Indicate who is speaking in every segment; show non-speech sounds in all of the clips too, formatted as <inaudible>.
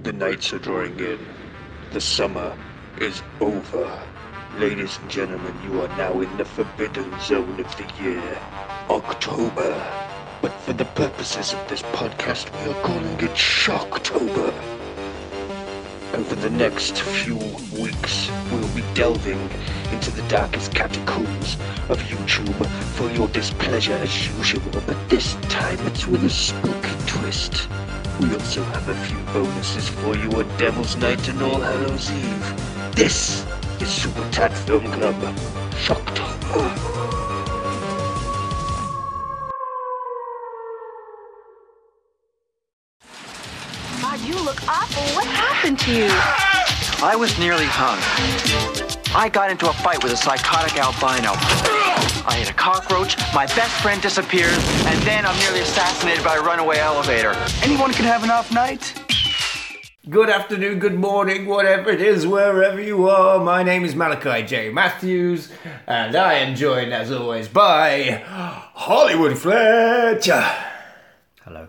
Speaker 1: The nights are drawing in. The summer is over. Ladies and gentlemen, you are now in the forbidden zone of the year, October. But for the purposes of this podcast, we are calling it Shocktober. Over the next few weeks, we'll be delving into the darkest catacombs of YouTube for your displeasure as usual, but this time it's with a spooky twist. We also have a few bonuses for you on Devil's Night and All Hallows Eve. This is Super Tat Film Club, Shocktober.
Speaker 2: God, you look awful. What happened to you?
Speaker 3: I was nearly hung. I got into a fight with a psychotic albino. I hit a cockroach, my best friend disappears, and then I'm nearly assassinated by a runaway elevator. Anyone can have an off night?
Speaker 4: Good afternoon, good morning, whatever it is, wherever you are. My name is Malachi J. Matthews, and I am joined, as always, by Hollywood Fletcher. Hello.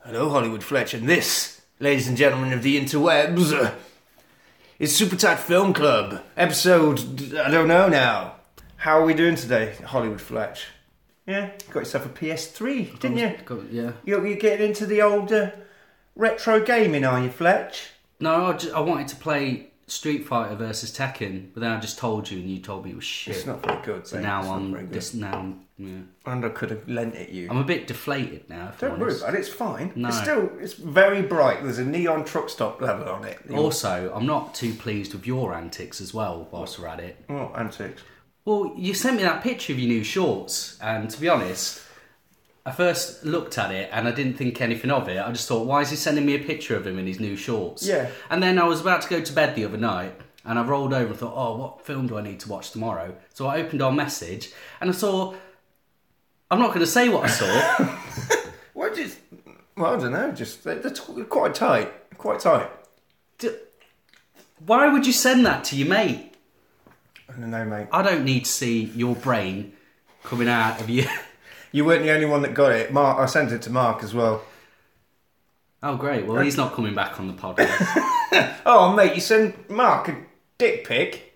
Speaker 4: Hello, Hollywood Fletcher. And this, ladies and gentlemen of the interwebs, is Super Tight Film Club, episode, I don't know now. How are we doing today, Hollywood Fletch? Yeah, got yourself a PS3, didn't you?
Speaker 5: Got- Yeah.
Speaker 4: You're, you're getting into the older retro gaming, are you, Fletch?
Speaker 5: No, I, ju- I wanted to play Street Fighter versus Tekken, but then I just told you, and you told me it was shit.
Speaker 4: It's not very good.
Speaker 5: So
Speaker 4: mate.
Speaker 5: now
Speaker 4: It's not very
Speaker 5: I'm
Speaker 4: good.
Speaker 5: dis- now I'm, yeah.
Speaker 4: and I could have lent it you.
Speaker 5: I'm a bit deflated now. If
Speaker 4: Don't
Speaker 5: I'm
Speaker 4: worry
Speaker 5: honest.
Speaker 4: about it. It's fine.
Speaker 5: No.
Speaker 4: It's still it's very bright. There's a neon truck stop level on it.
Speaker 5: Also, I'm not too pleased with your antics as well. Whilst we're at it,
Speaker 4: oh, antics.
Speaker 5: well, you sent me that picture of your new shorts, and to be honest, I first looked at it and I didn't think anything of it. I just thought, why is he sending me a picture of him in his new shorts?
Speaker 4: Yeah.
Speaker 5: And then I was about to go to bed the other night and I rolled over and thought, oh, what film do I need to watch tomorrow? So I opened our message and I saw. I'm not going to say what I saw.
Speaker 4: What just? Well, I don't know. Just they're, they're t- quite tight. Quite tight.
Speaker 5: D- why would you send that to your mate?
Speaker 4: I don't know, mate.
Speaker 5: I don't need to see your brain coming out of you. <laughs>
Speaker 4: You weren't the only one that got it. Mark, I sent it to Mark as well.
Speaker 5: Oh, great. Well, he's not coming back on the podcast.
Speaker 4: Oh, mate, you sent Mark a dick pic.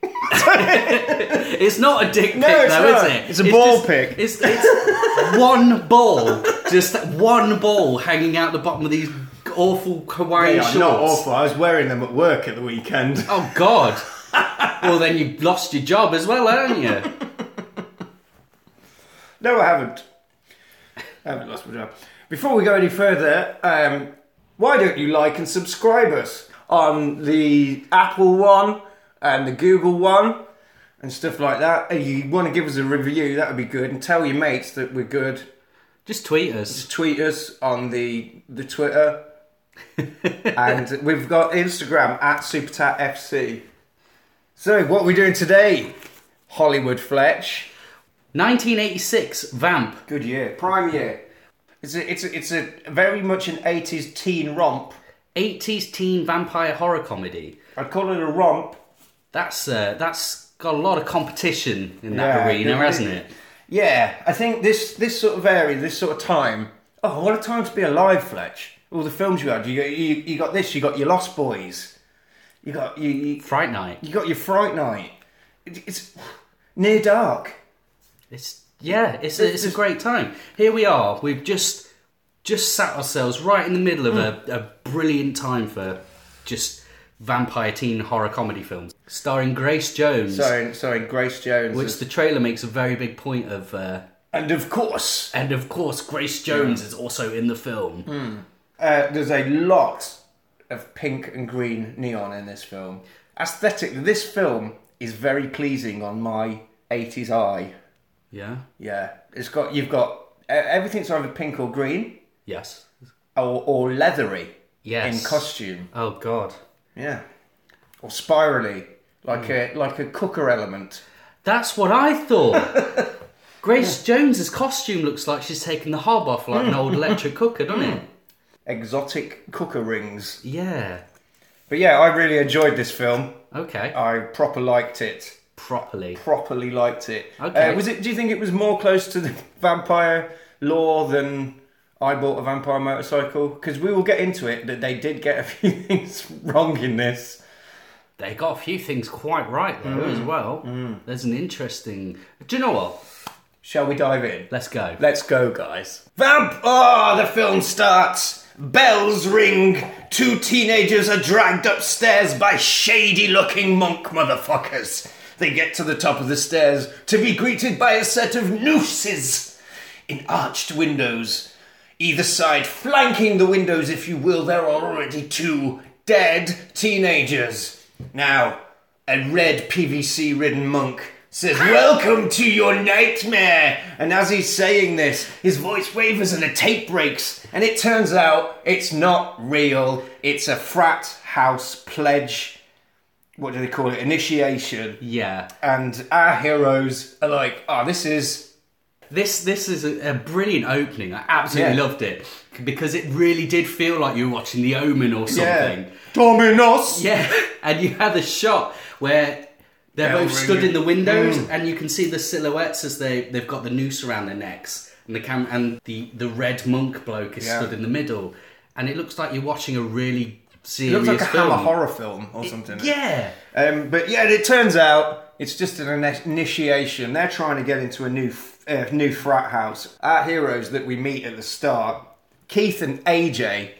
Speaker 5: It's not a dick pic,
Speaker 4: it's
Speaker 5: though,
Speaker 4: not.
Speaker 5: is it?
Speaker 4: It's a ball
Speaker 5: just-
Speaker 4: pic.
Speaker 5: It's, it's one ball, just one ball hanging out the bottom of these awful Hawaiian
Speaker 4: Yeah,
Speaker 5: shorts.
Speaker 4: not awful. I was wearing them at work at the <laughs> weekend.
Speaker 5: Oh God! well, then you've lost your job as well, haven't you?
Speaker 4: No, I haven't. I haven't lost my job. Before we go any further, um, why don't you like and subscribe us on the Apple one and the Google one and stuff like that? If you want to give us a review, that would be good. And tell your mates that we're good.
Speaker 5: Just tweet us.
Speaker 4: Tweet us on the the Twitter. and we've got Instagram at SupertatFC. So, what are we doing today? Hollywood Fletch.
Speaker 5: 1986 Vamp.
Speaker 4: Good year, prime year. It's a, it's a, it's a very much an eighties teen romp.
Speaker 5: 80s teen vampire horror comedy.
Speaker 4: I'd call it a romp.
Speaker 5: That's uh, that's got a lot of competition in that
Speaker 4: Yeah,
Speaker 5: arena,
Speaker 4: good
Speaker 5: hasn't
Speaker 4: bit.
Speaker 5: it?
Speaker 4: Yeah, I think this this sort of area, this sort of time. Oh, what a time to be alive, Fletch! All the films you had. You got you, you got this. You got your Lost Boys. You got you you,
Speaker 5: Fright Night.
Speaker 4: you got your Fright Night. It, it's near dark.
Speaker 5: It's yeah, it's a, it's a great time. Here we are. We've just just sat ourselves right in the middle of a, a brilliant time for just vampire teen horror comedy films starring Grace Jones,
Speaker 4: Sorry, sorry, Grace Jones.
Speaker 5: which the trailer makes a very big point of. Uh,
Speaker 4: and of course,
Speaker 5: and of course, Grace Jones is also in the film.
Speaker 4: Uh, there's a lot of pink and green neon in this film. Aesthetically, this film is very pleasing on my 80s eye.
Speaker 5: Yeah.
Speaker 4: Yeah, it's got you've got uh, everything's either pink or green
Speaker 5: Yes.
Speaker 4: or, or leathery
Speaker 5: Yes.
Speaker 4: in costume.
Speaker 5: Oh God.
Speaker 4: Yeah, or spirally like a like a cooker element.
Speaker 5: That's what I thought.
Speaker 4: <laughs>
Speaker 5: Grace Jones's costume looks like she's taken the hob off like an old electric cooker, doesn't it?
Speaker 4: Mm. Exotic cooker rings.
Speaker 5: Yeah.
Speaker 4: But yeah, I really enjoyed this film.
Speaker 5: Okay.
Speaker 4: I proper liked it.
Speaker 5: Properly.
Speaker 4: properly liked it. <laughs>
Speaker 5: Okay.
Speaker 4: Uh, was it? Do you think it was more close to the vampire lore than I bought a vampire motorcycle because we will get into it that they did get a <laughs> few things wrong in this.
Speaker 5: They got a few things quite right though
Speaker 4: Mm.
Speaker 5: as well. There's an interesting. Do you know what?
Speaker 4: Shall we dive in?
Speaker 5: Let's go.
Speaker 4: Let's go, guys. Vamp! Oh, the film starts. Bells ring. Two teenagers are dragged upstairs by shady looking monk motherfuckers. They get to the top of the stairs to be greeted by a set of nooses in arched windows. Either side, flanking the windows, if you will, there are already two dead teenagers. Now, a red PVC ridden monk says, Welcome to your nightmare! And as he's saying this, his voice wavers and the tape breaks. And it turns out it's not real, it's a frat house pledge. What do they call it? Initiation.
Speaker 5: Yeah.
Speaker 4: And our heroes are like, Oh, this is.
Speaker 5: This this is a, a brilliant opening. I absolutely
Speaker 4: Yeah.
Speaker 5: loved it because it really did feel like you were watching The Omen or something.
Speaker 4: Dominos!
Speaker 5: Yeah, <laughs> and you have a shot where they're
Speaker 4: Bell
Speaker 5: both stood
Speaker 4: ringing.
Speaker 5: in the windows,
Speaker 4: Mm.
Speaker 5: and you can see the silhouettes as they they've got the noose around their necks, and the cam and the the red monk bloke is
Speaker 4: Yeah.
Speaker 5: stood in the middle, and it looks like you're watching a really
Speaker 4: It
Speaker 5: serious
Speaker 4: looks like a
Speaker 5: film.
Speaker 4: Hammer horror film or something.
Speaker 5: Yeah,
Speaker 4: Um, but yeah, it turns out it's just an ini- initiation. They're trying to get into a new f- uh, new frat house. Our heroes that we meet at the start, Keith and AJ.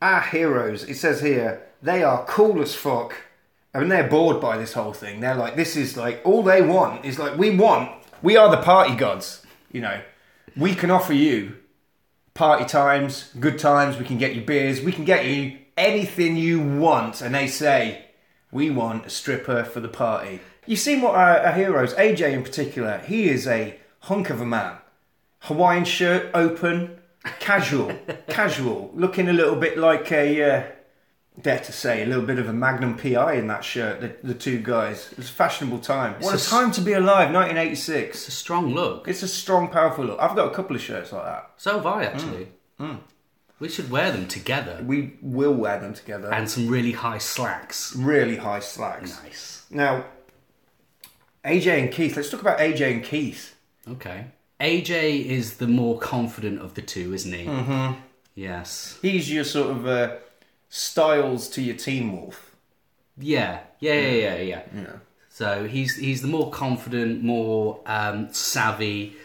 Speaker 4: Our heroes. It says here they are cool as fuck. I mean, they're bored by this whole thing. They're like, this is like all they want is like we want. We are the party gods. You know, we can offer you party times, good times. We can get you beers. We can get you anything you want. And they say. We want a stripper for the party. You've seen what our, our heroes, AJ in particular, he is a hunk of a man. Hawaiian shirt, open, <laughs> casual, casual, looking a little bit like a, uh, dare to say, a little bit of a Magnum PI in that shirt, the, the two guys. It was a fashionable time. What
Speaker 5: It's
Speaker 4: a
Speaker 5: a
Speaker 4: time to be alive, 1986.
Speaker 5: it's a strong look.
Speaker 4: It's a strong, powerful look. I've got a couple of shirts like that.
Speaker 5: So have I actually. We should wear them together
Speaker 4: We will wear them together.
Speaker 5: and some really high slacks.
Speaker 4: really high slacks.
Speaker 5: Nice.
Speaker 4: Now, AJ and Keith, let's talk about AJ and Keith.
Speaker 5: Okay. AJ is the more confident of the two, isn't he? Mm-hmm. Yes.
Speaker 4: he's your sort of uh, styles to your Teen Wolf.
Speaker 5: Yeah, yeah, yeah, yeah, yeah. So he's he's the more confident, more um, savvy.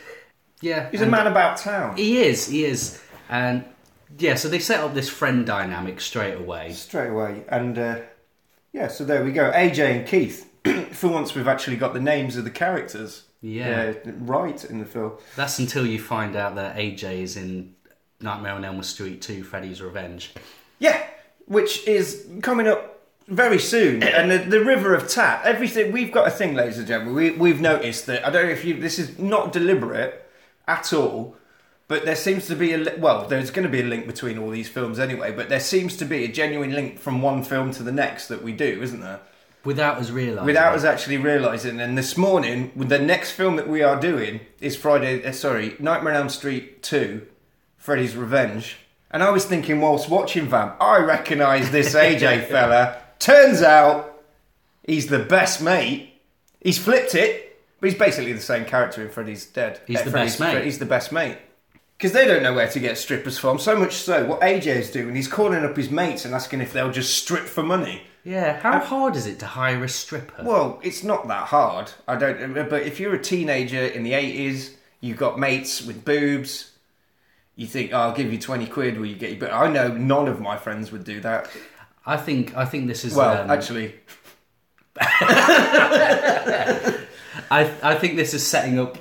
Speaker 5: Yeah,
Speaker 4: He's a
Speaker 5: and
Speaker 4: man about town.
Speaker 5: He is. He is. And yeah, so they set up this friend dynamic straight away.
Speaker 4: Straight away, and uh, yeah, so there we go. AJ and Keith. <clears throat> For once, we've actually got the names of the characters.
Speaker 5: Yeah.
Speaker 4: uh, right in the film.
Speaker 5: That's until you find out that AJ is in Nightmare on Elm Street 2: Freddy's Revenge.
Speaker 4: Yeah, which is coming up very soon. And the, the River of Tat, everything, we've got a thing, ladies and gentlemen. We, we've noticed that, I don't know if you, this is not deliberate at all, but there seems to be a, li- well, there's going to be a link between all these films anyway, but there seems to be a genuine link from one film to the next that we do, isn't there?
Speaker 5: Without us realizing.
Speaker 4: Without us actually realising. And this morning, the next film that we are doing is Friday, uh, sorry, Nightmare on Elm Street 2, Freddy's Revenge. And I was thinking whilst watching Vamp, I recognise this
Speaker 5: <laughs>
Speaker 4: AJ fella. Turns out he's the best mate. He's flipped it, but he's basically the same character in Freddy's Dead.
Speaker 5: He's
Speaker 4: Uh,
Speaker 5: the
Speaker 4: Freddy's-
Speaker 5: best mate.
Speaker 4: Fre- He's the best mate. Because they don't know where to get strippers from, so much so what AJ's doing, he's calling up his mates and asking if they'll just strip for money.
Speaker 5: Yeah. How hard is it to hire a stripper?
Speaker 4: Well, it's not that hard. I don't. But if you're a teenager in the eighties, you've got mates with boobs. You think "Oh, I'll give you twenty quid, will you get? your But I know none of my friends would do that.
Speaker 5: I think I think this is.
Speaker 4: Well,
Speaker 5: um,
Speaker 4: actually,
Speaker 5: I, I think this is setting up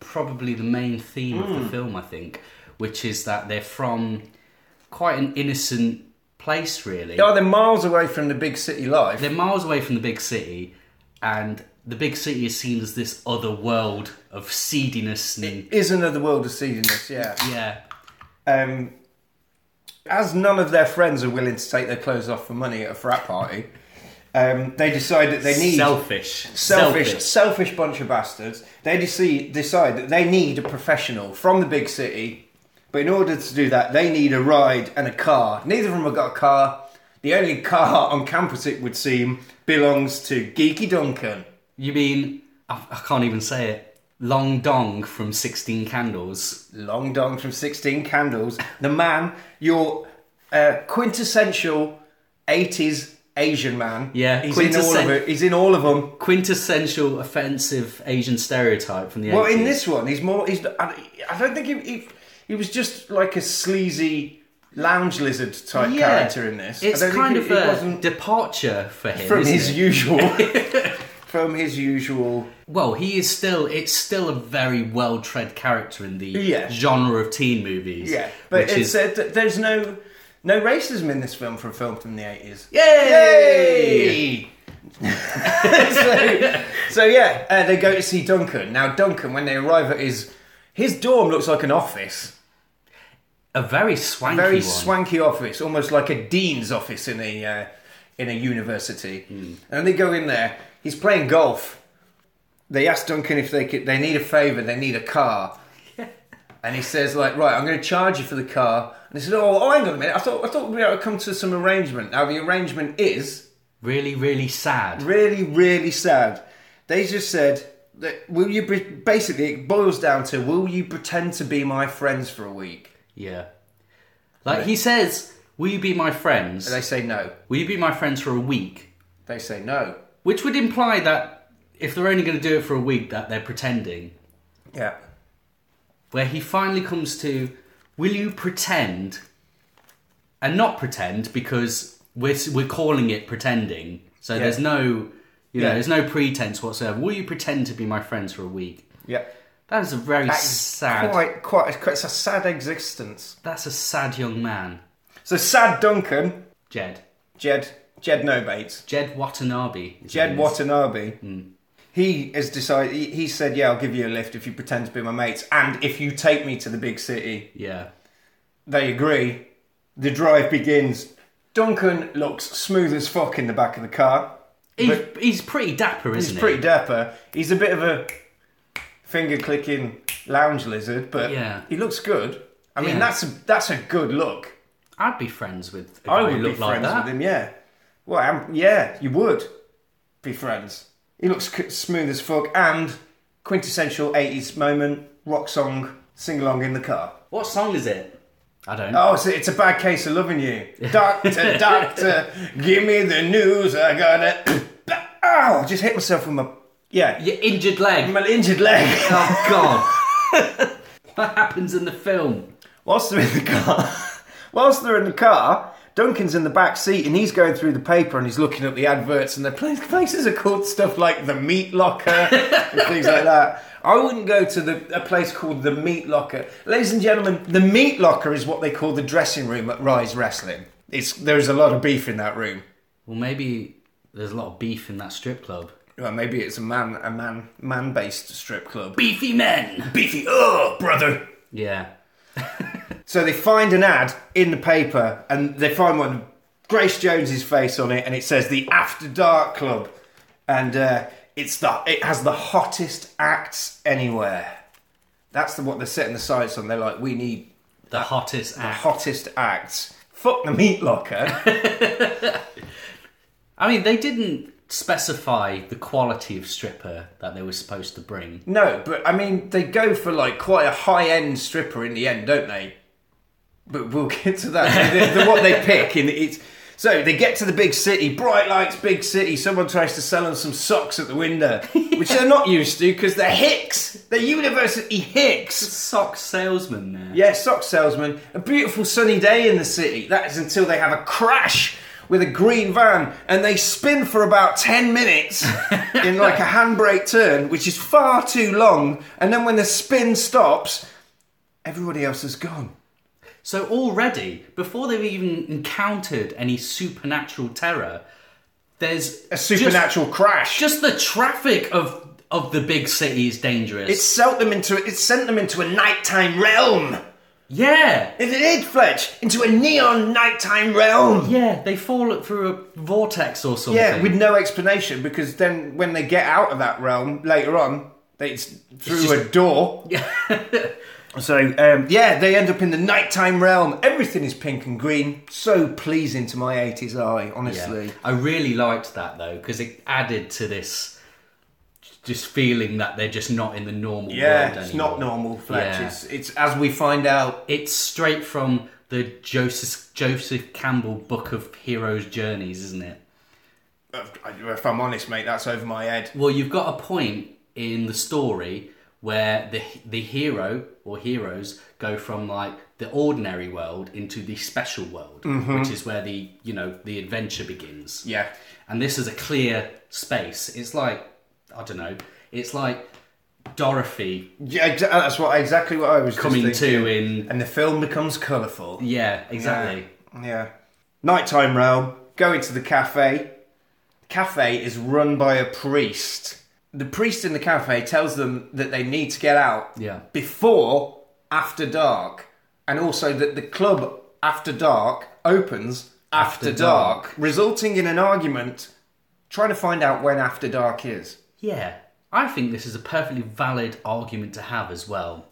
Speaker 5: probably the main theme of
Speaker 4: Hmm.
Speaker 5: the film, I think, which is that they're from quite an innocent place, really.
Speaker 4: oh, they're miles away from the big city life.
Speaker 5: They're miles away from the big city, and the big city is seen as this other world of seediness and.
Speaker 4: Is another world of seediness, yeah.
Speaker 5: Yeah.
Speaker 4: Um, as none of their friends are willing to take their clothes off for money at a frat party, um, they decide that they need
Speaker 5: Selfish.
Speaker 4: selfish, selfish, bunch of bastards. They dece- decide that they need a professional from the big city, but in order to do that, they need a ride and a car. Neither of them have got a car. The only car <laughs> on campus, it would seem, belongs to Geeky Duncan.
Speaker 5: You mean. I, I can't even say it. Long Dong from 16 Candles.
Speaker 4: Long Dong from 16 Candles, the man, your uh, quintessential 80s Asian man.
Speaker 5: Yeah,
Speaker 4: he's in all of
Speaker 5: quintessen-
Speaker 4: it. He's in all of them.
Speaker 5: Quintessential offensive Asian stereotype from the
Speaker 4: Well,
Speaker 5: 80s.
Speaker 4: in this one, he's more. He's. I I don't think he. He, he was just like a sleazy lounge lizard type
Speaker 5: Yeah.
Speaker 4: character in this. I
Speaker 5: It's
Speaker 4: don't think
Speaker 5: kind
Speaker 4: he-
Speaker 5: of
Speaker 4: he
Speaker 5: a
Speaker 4: wasn't
Speaker 5: departure for him.
Speaker 4: from
Speaker 5: isn't
Speaker 4: his
Speaker 5: it?
Speaker 4: usual.
Speaker 5: <laughs>
Speaker 4: from his usual.
Speaker 5: Well, he is still it's still a very well tread character in the
Speaker 4: Yeah.
Speaker 5: genre of teen movies.
Speaker 4: Yeah, but
Speaker 5: which
Speaker 4: it's
Speaker 5: is
Speaker 4: uh, th- there's no no racism in this film for a film from the eighties.
Speaker 5: Yay!
Speaker 4: <laughs> so, so yeah, uh, they go to see Duncan. Now Duncan, when they arrive at his his dorm, looks like an office,
Speaker 5: a very swanky
Speaker 4: very
Speaker 5: one.
Speaker 4: swanky office, almost like a dean's office in a uh, in a university.
Speaker 5: Hmm.
Speaker 4: And they go in there. He's playing golf. They ask Duncan if they could. They need a favour. They need a
Speaker 5: <laughs>
Speaker 4: car. And he says, like, right, I'm going to charge you for the car. And he says, oh, oh, hang on a minute. I thought I thought we'd be able to come to some arrangement. Now the arrangement is
Speaker 5: really, really sad.
Speaker 4: really, really sad. They just said that will you pre- basically it boils down to will you pretend to be my friends for a week?
Speaker 5: yeah. Like he says, Will you be my friends?
Speaker 4: They say no.
Speaker 5: Will you be my friends for a week?
Speaker 4: They say no.
Speaker 5: Which would imply that if they're only gonna do it for a week that they're pretending.
Speaker 4: Yeah.
Speaker 5: where he finally comes to will you pretend and not pretend because we're, we're calling it pretending so there's no you know
Speaker 4: Yeah.
Speaker 5: there's no pretense whatsoever will you pretend to be my friends for a week
Speaker 4: Yeah.
Speaker 5: that is a very
Speaker 4: That is
Speaker 5: sad
Speaker 4: Quite, quite. It's a sad existence.
Speaker 5: that's a sad young man
Speaker 4: So sad, Duncan.
Speaker 5: jed
Speaker 4: Jed. Jed no baits.
Speaker 5: jed watanabe is
Speaker 4: Jed
Speaker 5: his-
Speaker 4: Watanabe. He has decided. He, he said, "Yeah, I'll give you a lift if you pretend to be my mates, and if you take me to the big city."
Speaker 5: yeah
Speaker 4: They agree. The drive begins. Duncan looks smooth as fuck in the back of the car.
Speaker 5: he's,
Speaker 4: But-
Speaker 5: he's pretty dapper
Speaker 4: He's
Speaker 5: isn't
Speaker 4: pretty
Speaker 5: he
Speaker 4: dapper. He's a bit of a finger clicking lounge lizard, but
Speaker 5: Yeah.
Speaker 4: he looks good. I mean,
Speaker 5: Yeah.
Speaker 4: that's a, that's a good look.
Speaker 5: i'd be friends with a guy
Speaker 4: I
Speaker 5: who
Speaker 4: would be
Speaker 5: looked like
Speaker 4: friends
Speaker 5: that
Speaker 4: with him. Yeah. Well, i yeah, you would be friends. He looks c- smooth as fuck and quintessential '80s moment rock song sing along in the car.
Speaker 5: what song is it i don't know
Speaker 4: Oh, so it's a bad case of loving
Speaker 5: <laughs>
Speaker 4: you, doctor, doctor. give me the news. I <coughs> gotta. Ow! Just hit myself with my yeah,
Speaker 5: your injured
Speaker 4: <laughs>
Speaker 5: leg
Speaker 4: my injured leg.
Speaker 5: Oh god. that happens in the film.
Speaker 4: Whilst they're in the car, <laughs> whilst they're in the car, Duncan's in the back seat and he's going through the paper and he's looking at the adverts and their pla- places are called stuff like the Meat Locker and things like that. I wouldn't go to the, a place called the Meat Locker. Ladies and gentlemen, the Meat Locker is what they call the dressing room at Rise Wrestling. It's there's a lot of beef in that room.
Speaker 5: Well maybe there's a lot of beef in that strip club.
Speaker 4: Well, maybe it's a man a man man based strip club.
Speaker 5: Beefy men!
Speaker 4: Beefy, oh brother.
Speaker 5: Yeah.
Speaker 4: So they find an ad in the paper and they find one with Grace Jones's face on it and it says the After Dark Club and uh, it's the it has the hottest acts anywhere. That's the what they're setting the sights on. They're like, we need
Speaker 5: The hottest act.
Speaker 4: hottest acts. Fuck the meat locker.
Speaker 5: I mean they didn't specify the quality of stripper that they were supposed to bring.
Speaker 4: no, but I mean they go for like quite a high end stripper in the end, don't they? But we'll <laughs> get to that. the, the- what they pick in it's so they get to the big city, bright lights, big city. Someone tries to sell them some socks at the window, which they're not used to because they're Hicks. They're University Hicks.
Speaker 5: Sock salesman there.
Speaker 4: Yeah, sock salesman. A beautiful sunny day in the city. That is until they have a crash with a green van and they spin for about 10 minutes in like a handbrake turn, which is far too long. And then when the spin stops, everybody else is gone.
Speaker 5: So already, before they've even encountered any supernatural terror, there's
Speaker 4: A supernatural crash.
Speaker 5: just, just the traffic of of the big city is dangerous.
Speaker 4: It sent them into it sent them into a nighttime realm.
Speaker 5: yeah.
Speaker 4: It did, Fletch, into a neon nighttime realm.
Speaker 5: Yeah, they fall through a vortex or something.
Speaker 4: Yeah, with no explanation because then when they get out of that realm later on, they, it's through
Speaker 5: just-
Speaker 4: a door. Yeah. <laughs> so um, yeah, they end up in the nighttime realm. Everything is pink and green, so pleasing to my '80s eye.
Speaker 5: Yeah.
Speaker 4: Honestly,
Speaker 5: I really liked that though because it added to this just feeling that they're just not in the normal
Speaker 4: Yeah,
Speaker 5: world
Speaker 4: it's
Speaker 5: anymore.
Speaker 4: not normal, Fletch.
Speaker 5: Yeah.
Speaker 4: It's, it's as we find out.
Speaker 5: It's straight from the Joseph Joseph Campbell book of heroes' journeys, isn't it?
Speaker 4: If I'm honest, mate, that's over my head.
Speaker 5: Well, you've got a point in the story where the the hero or heroes go from like the ordinary world into the special world,
Speaker 4: Mm-hmm.
Speaker 5: which is where the you know the adventure begins.
Speaker 4: Yeah.
Speaker 5: and this is a clear space. It's like I don't know. It's like Dorothy
Speaker 4: Yeah, exa- that's what exactly what I was just
Speaker 5: coming to
Speaker 4: thinking.
Speaker 5: in
Speaker 4: and the film becomes colourful.
Speaker 5: yeah exactly.
Speaker 4: Yeah. Nighttime realm. Go into the cafe. Cafe is run by a priest. The priest in the cafe tells them that they need to get out
Speaker 5: Yeah.
Speaker 4: before after dark, and also that the club after dark opens after,
Speaker 5: After
Speaker 4: dark,
Speaker 5: dark.
Speaker 4: resulting in an argument trying to find out when after dark is.
Speaker 5: Yeah, I think this is a perfectly valid argument to have as well,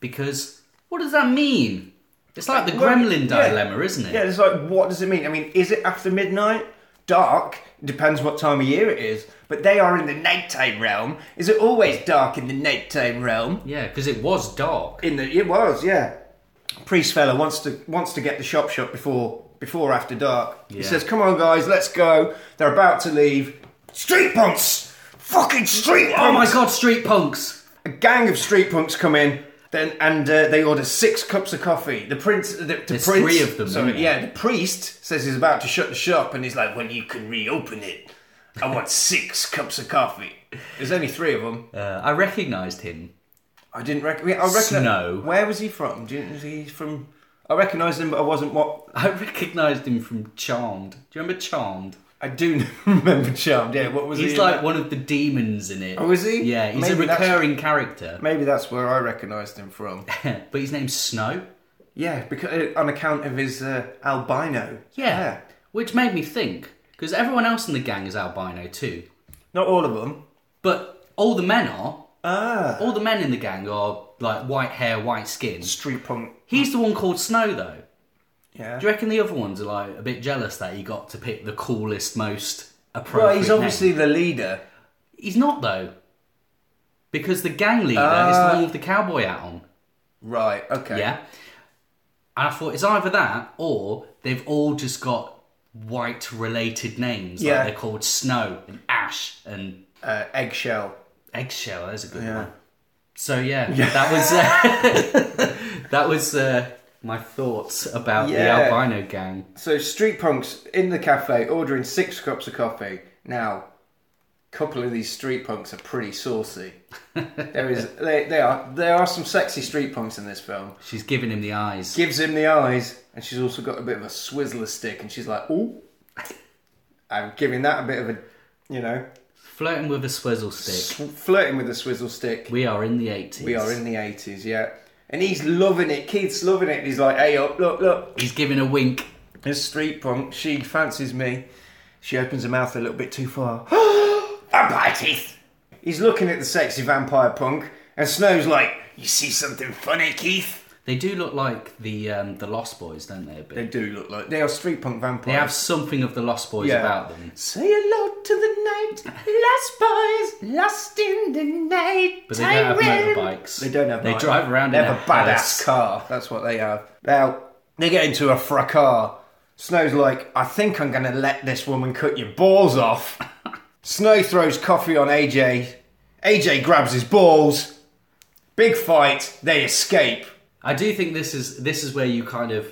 Speaker 5: because what does that mean? It's like the
Speaker 4: Uh, Well,
Speaker 5: Gremlin
Speaker 4: yeah.
Speaker 5: dilemma, isn't it?
Speaker 4: Yeah, it's like, what does it mean? I mean, is it after midnight? Dark depends what time of year it is, but they are in the nighttime realm. Is it always dark in the nighttime realm?
Speaker 5: Yeah, because it was dark.
Speaker 4: In the it was, yeah. Priest fella wants to wants to get the shop shut before before after dark. He
Speaker 5: Yeah.
Speaker 4: says, "Come on, guys, let's go." They're about to leave. Street punks, fucking street punks!
Speaker 5: Oh my god, street punks!
Speaker 4: A gang of street punks come in, then and uh, they order six cups of coffee. The prince, the, the
Speaker 5: There's
Speaker 4: prince,
Speaker 5: three of them,
Speaker 4: Sorry,
Speaker 5: isn't
Speaker 4: yeah,
Speaker 5: there?
Speaker 4: the priest says he's about to shut the shop, and he's like, "Well, you can reopen it. I
Speaker 5: <laughs>
Speaker 4: want six cups of coffee." There's only three of them.
Speaker 5: Uh, I recognised him.
Speaker 4: I didn't recognize. I reckon.
Speaker 5: Snow.
Speaker 4: Where was he from? Do you, is he from? I recognised him, but I wasn't what
Speaker 5: <laughs> I recognised him from Charmed. Do you remember Charmed?
Speaker 4: I do <laughs> remember. Charmed. Yeah, what was he?
Speaker 5: He's
Speaker 4: in
Speaker 5: like
Speaker 4: that?
Speaker 5: one of the demons in it.
Speaker 4: Oh, is he?
Speaker 5: Yeah, he's a
Speaker 4: Maybe that's-
Speaker 5: recurring character.
Speaker 4: Maybe that's where I recognised him
Speaker 5: <laughs>
Speaker 4: from.
Speaker 5: but his name's Snow.
Speaker 4: yeah, because on account of his uh, albino.
Speaker 5: Yeah. Which made me think, because everyone else in the gang is albino too.
Speaker 4: Not all of them.
Speaker 5: But all the men are.
Speaker 4: Ah.
Speaker 5: All the men in the gang are like white hair, white skin.
Speaker 4: Street punk.
Speaker 5: He's the one called Snow though.
Speaker 4: Yeah.
Speaker 5: Do you reckon the other ones are like a bit jealous that he got to pick the coolest, most appropriate?
Speaker 4: Well, he's obviously
Speaker 5: name?
Speaker 4: the leader.
Speaker 5: He's not though, because the gang leader is
Speaker 4: Uh,
Speaker 5: the one with the cowboy hat on.
Speaker 4: Right, okay.
Speaker 5: Yeah. And I thought it's either that or they've all just got white related names.
Speaker 4: Yeah.
Speaker 5: Like they're called Snow and Ash and
Speaker 4: Uh, eggshell.
Speaker 5: Eggshell. That's a good one. So yeah, that
Speaker 4: <laughs>
Speaker 5: was uh, that was uh, my thoughts about
Speaker 4: Yeah.
Speaker 5: the albino gang.
Speaker 4: So, street punks in the cafe ordering six cups of coffee. Now, a couple of these street punks are pretty
Speaker 5: <laughs>
Speaker 4: saucy. there is, they, they are, there are some sexy street punks in this film.
Speaker 5: She's giving him the eyes.
Speaker 4: Gives him the eyes, and she's also got a bit of a swizzler stick, and she's like, "Ooh, I'm giving that a bit of a, you know,
Speaker 5: Flirting with a swizzle stick.
Speaker 4: sw- flirting with a swizzle stick."
Speaker 5: We are in the 80s.
Speaker 4: We are in the 80s, yeah. And he's loving it. Keith's loving it. He's like, hey, up, look, look.
Speaker 5: He's giving a wink.
Speaker 4: This street punk, she fancies me. She opens her mouth a little bit too far. <gasps> vampire teeth! He's looking at the sexy vampire punk, and Snow's like, you see something funny, Keith?
Speaker 5: They do look like the um, the Lost Boys, don't they? A bit.
Speaker 4: They do look like they are street punk vampires.
Speaker 5: They have something of the Lost Boys
Speaker 4: Yeah.
Speaker 5: about them.
Speaker 4: Say hello to
Speaker 5: <laughs>
Speaker 4: the night, lost boys, lost in the night.
Speaker 5: But they don't have
Speaker 4: Tyrell.
Speaker 5: motorbikes.
Speaker 4: They don't have.
Speaker 5: They
Speaker 4: bike.
Speaker 5: drive around
Speaker 4: They
Speaker 5: in
Speaker 4: have
Speaker 5: a
Speaker 4: a badass
Speaker 5: hearse.
Speaker 4: car. That's what they have. Now they get into a fracas. Snow's like, I think I'm gonna let this woman cut your balls
Speaker 5: <laughs>
Speaker 4: off. Snow throws coffee on AJ. AJ grabs his balls. Big fight. They escape.
Speaker 5: I do think this is this is where you kind of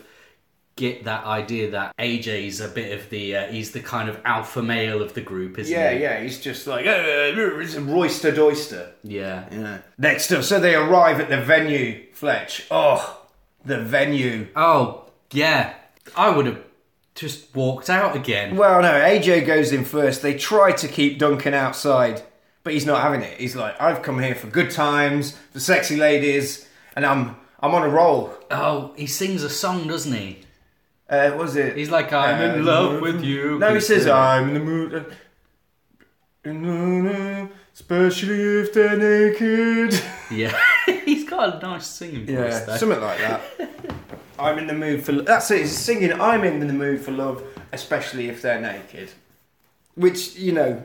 Speaker 5: get that idea that AJ's a bit of the uh, he's the kind of alpha male of the group, isn't
Speaker 4: Yeah,
Speaker 5: he?
Speaker 4: yeah. He's just like, "Uh, it's a roister doister.
Speaker 5: yeah, yeah.
Speaker 4: Next up, so they arrive at the venue. Fletch. Oh, the venue.
Speaker 5: Oh yeah, I would have just walked out again.
Speaker 4: Well, no, AJ goes in first. They try to keep Duncan outside, but he's not having it. He's like, I've come here for good times, for sexy ladies, and I'm I'm on a roll.
Speaker 5: Oh, he sings a song, doesn't he?
Speaker 4: Uh, what was it?
Speaker 5: He's like, I'm in love with you.
Speaker 4: No, he says,
Speaker 5: Christina."
Speaker 4: I'm in the mood. uh, Especially if they're naked. <laughs>
Speaker 5: Yeah, <laughs> he's got a nice singing voice.
Speaker 4: Yeah,
Speaker 5: though.
Speaker 4: something like that. <laughs> I'm in the mood for. That's it. He's singing. I'm in the mood for love, especially if they're naked. Which you know,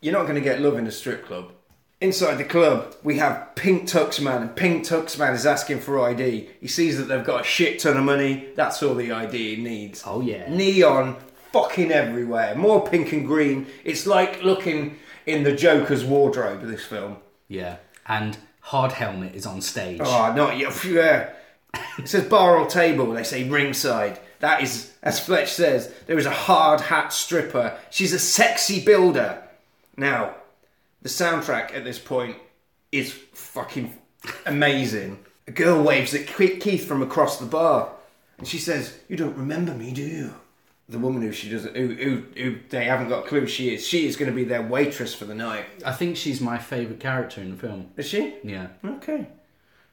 Speaker 4: You're not going to get love in a strip club. Inside the club, we have Pink Tux Man, and Pink Tux Man is asking for ID. He sees that they've got a shit ton of money. That's all the ID he needs.
Speaker 5: Oh, yeah.
Speaker 4: Neon fucking everywhere. More pink and green. It's like looking in the Joker's wardrobe, this film.
Speaker 5: Yeah. And Hard Helmet is on stage.
Speaker 4: Oh, not yet. Yeah. <laughs> It says bar or table. They say ringside. That is, as Fletch says, there is a hard hat stripper. She's a sexy builder. Now, the soundtrack at this point is fucking amazing. A girl waves at Ke- Keith from across the bar, and she says, "You don't remember me, do you?" The woman who she doesn't, who, who, who they haven't got a clue who she is. She is going to be their waitress for the night.
Speaker 5: I think she's my favourite character in the film.
Speaker 4: Is she?
Speaker 5: Yeah.
Speaker 4: Okay.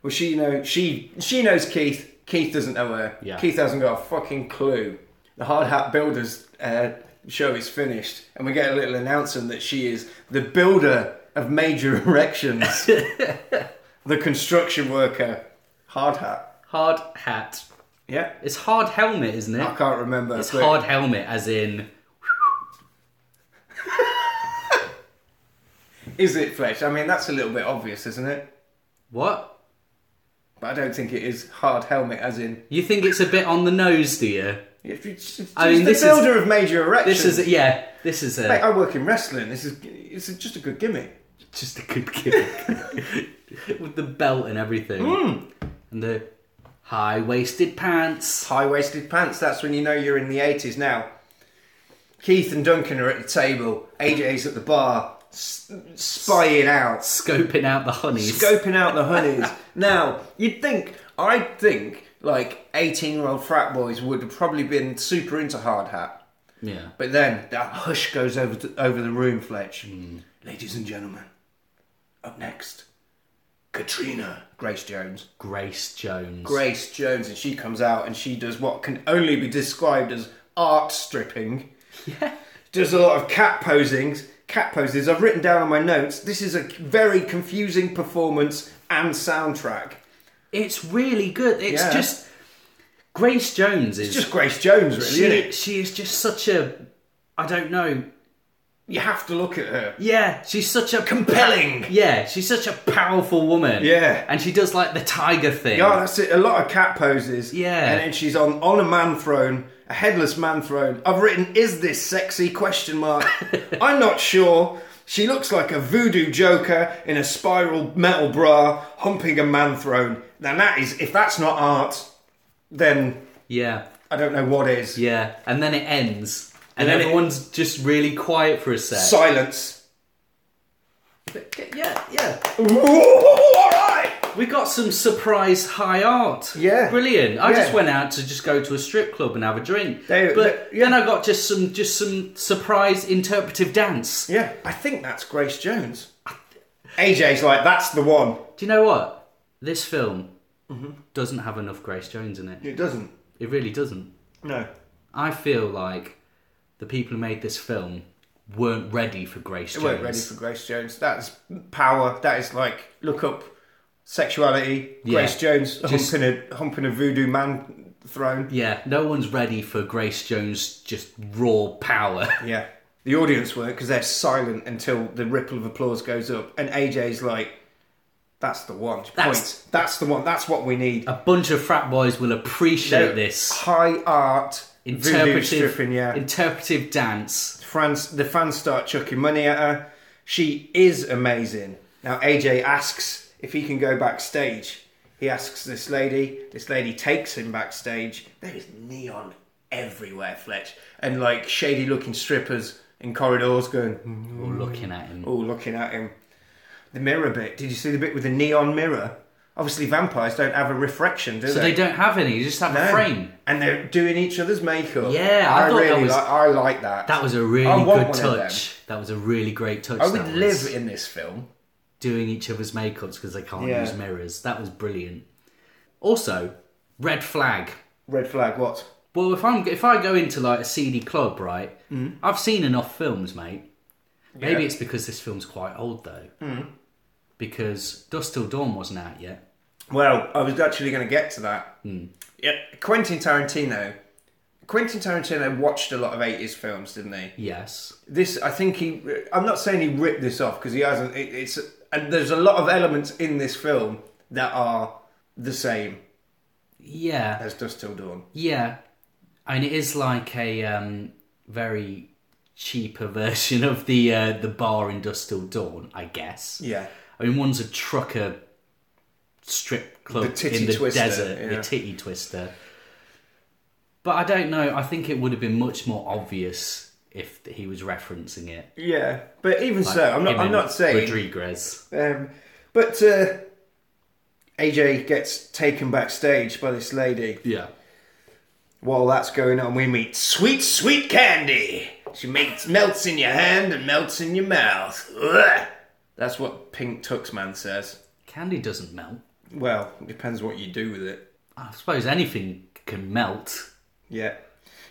Speaker 4: Well, she know she she knows Keith. Keith doesn't know her.
Speaker 5: Yeah.
Speaker 4: Keith hasn't got a fucking clue. The Hard Hat Builders uh, show is finished, and we get a little announcement that she is the builder of major <laughs> erections,
Speaker 5: <laughs>
Speaker 4: the construction worker, Hard Hat.
Speaker 5: Hard Hat.
Speaker 4: Yeah.
Speaker 5: It's Hard Helmet, isn't it?
Speaker 4: I can't remember.
Speaker 5: It's
Speaker 4: but-
Speaker 5: Hard Helmet, as in.
Speaker 4: Is it Fletch? I mean, that's a little bit obvious, isn't it?
Speaker 5: What?
Speaker 4: But I don't think it is hard helmet, as in.
Speaker 5: You think it's a bit on the nose, do you?
Speaker 4: It's, it's, it's
Speaker 5: I mean,
Speaker 4: the
Speaker 5: this is-
Speaker 4: builder of major erections.
Speaker 5: This is, yeah, this is a.
Speaker 4: Mate, I work in wrestling. This is it's just a good gimmick.
Speaker 5: just a good gimmick <laughs> with the belt and everything
Speaker 4: Hmm.
Speaker 5: and the high-waisted pants
Speaker 4: high waisted pants. That's when you know you're in the 80s now. Keith and Duncan are at the table, AJ's at the bar, s- spying out,
Speaker 5: scoping out the honeys
Speaker 4: scoping out the honeys. now, you'd think, I think, like 18 year old frat boys would have probably been super into hard hat.
Speaker 5: yeah
Speaker 4: But then that hush goes over, to, over the room, Fletch. Ladies and gentlemen, up next, Katrina Grace Jones.
Speaker 5: grace jones
Speaker 4: Grace Jones, and she comes out and she does what can only be described as art stripping.
Speaker 5: Yeah.
Speaker 4: Does a lot of cat posings, cat poses. I've written down on my notes. This is a very confusing performance and soundtrack.
Speaker 5: it's really good it's
Speaker 4: Yeah.
Speaker 5: just grace jones is
Speaker 4: It's just Grace Jones, really, isn't
Speaker 5: she,
Speaker 4: it?
Speaker 5: she is just such a i don't know
Speaker 4: You have to look at her.
Speaker 5: yeah she's such a
Speaker 4: Compelling.
Speaker 5: yeah she's such a powerful woman
Speaker 4: Yeah.
Speaker 5: and she does like the tiger thing
Speaker 4: Yeah, that's it. A lot of cat poses.
Speaker 5: Yeah.
Speaker 4: And then she's on on a man throne, a headless man throne. I've written, is this sexy? Question
Speaker 5: <laughs>
Speaker 4: mark. I'm not sure. She looks like a voodoo joker in a spiral metal bra, humping a man throne. Now that is, if that's not art, then
Speaker 5: yeah
Speaker 4: I don't know what is.
Speaker 5: yeah and then it ends and,
Speaker 4: then it-
Speaker 5: everyone's just really quiet for a sec
Speaker 4: Silence.
Speaker 5: Yeah, yeah.
Speaker 4: Ooh, all right.
Speaker 5: We got some surprise high art.
Speaker 4: Yeah.
Speaker 5: Brilliant. I
Speaker 4: Yeah.
Speaker 5: just went out to just go to a strip club and have a drink.
Speaker 4: They-
Speaker 5: but
Speaker 4: they- yeah.
Speaker 5: then I got just some just some surprise interpretive dance.
Speaker 4: Yeah, I think that's Grace Jones. AJ's like, that's the one.
Speaker 5: Do you know what? This film
Speaker 4: Mm-hmm.
Speaker 5: doesn't have enough Grace Jones in it.
Speaker 4: It doesn't.
Speaker 5: It really doesn't.
Speaker 4: No.
Speaker 5: I feel like the people who made this film weren't ready for Grace
Speaker 4: They
Speaker 5: Jones.
Speaker 4: weren't ready for Grace Jones. That's power. That is like look up sexuality.
Speaker 5: Yeah.
Speaker 4: Grace Jones
Speaker 5: Just-
Speaker 4: humping a humping a voodoo man throne.
Speaker 5: yeah, no one's ready for Grace Jones just raw power.
Speaker 4: Yeah. The audience weren't because they're silent until the ripple of applause goes up, and AJ's like, "That's the one." She
Speaker 5: That's-
Speaker 4: points. That's the one. That's what we need.
Speaker 5: a bunch of frat boys will appreciate this.
Speaker 4: high art voodoo
Speaker 5: interpretive
Speaker 4: stripping. Yeah.
Speaker 5: interpretive dance.
Speaker 4: France, the fans start chucking money at her. She is amazing. Now AJ asks if he can go backstage. He asks this lady. This lady takes him backstage. There is neon everywhere, Fletch, and like shady-looking strippers in corridors going,
Speaker 5: Or looking at him.
Speaker 4: "Oh, looking at him." The mirror bit. Did you see the bit with the neon mirror? Obviously, vampires don't have a refraction, do
Speaker 5: So they don't have any. You just have a
Speaker 4: No.
Speaker 5: frame.
Speaker 4: And they're doing each other's makeup.
Speaker 5: Yeah, I thought that
Speaker 4: really
Speaker 5: was-
Speaker 4: like. I like that.
Speaker 5: That was a really
Speaker 4: I want
Speaker 5: good
Speaker 4: one of them.
Speaker 5: touch. That was a really great touch.
Speaker 4: I would
Speaker 5: that was.
Speaker 4: live in this film.
Speaker 5: doing each other's makeups because they can't
Speaker 4: Yeah.
Speaker 5: use mirrors. That was brilliant. Also, red flag.
Speaker 4: Red flag, what?
Speaker 5: Well, if I'm if I go into like a CD club, right? I've seen enough films, mate. Maybe
Speaker 4: Yeah.
Speaker 5: it's because this film's quite old though. Because Dust Till Dawn wasn't out yet.
Speaker 4: Well, I was actually going to get to that. Yeah, Quentin Tarantino Quentin Tarantino watched a lot of 80s films, didn't he?
Speaker 5: Yes.
Speaker 4: This, I think he. I'm not saying he ripped this off because he hasn't. It, it's and there's a lot of elements in this film that are the same
Speaker 5: Yeah.
Speaker 4: as Dust Till Dawn.
Speaker 5: Yeah, and it is like a um, very cheaper <laughs> version of the uh, the bar in Dust Till Dawn, I guess.
Speaker 4: Yeah.
Speaker 5: I mean, one's a trucker strip club
Speaker 4: The titty
Speaker 5: in the
Speaker 4: twister,
Speaker 5: desert,
Speaker 4: yeah.
Speaker 5: the titty twister. But I don't know. I think it would have been much more obvious if he was referencing it.
Speaker 4: Yeah, but even
Speaker 5: Like
Speaker 4: so, I'm not.
Speaker 5: him
Speaker 4: I'm
Speaker 5: and
Speaker 4: not saying.
Speaker 5: Rodriguez.
Speaker 4: Um, but uh, AJ gets taken backstage by this lady.
Speaker 5: Yeah.
Speaker 4: While that's going on, we meet sweet, sweet candy. She makes melts in your hand and melts in your mouth. Ugh. That's what Pink Tuxman says.
Speaker 5: Candy doesn't melt.
Speaker 4: Well, it depends what you do with it.
Speaker 5: I suppose anything can melt.
Speaker 4: Yeah.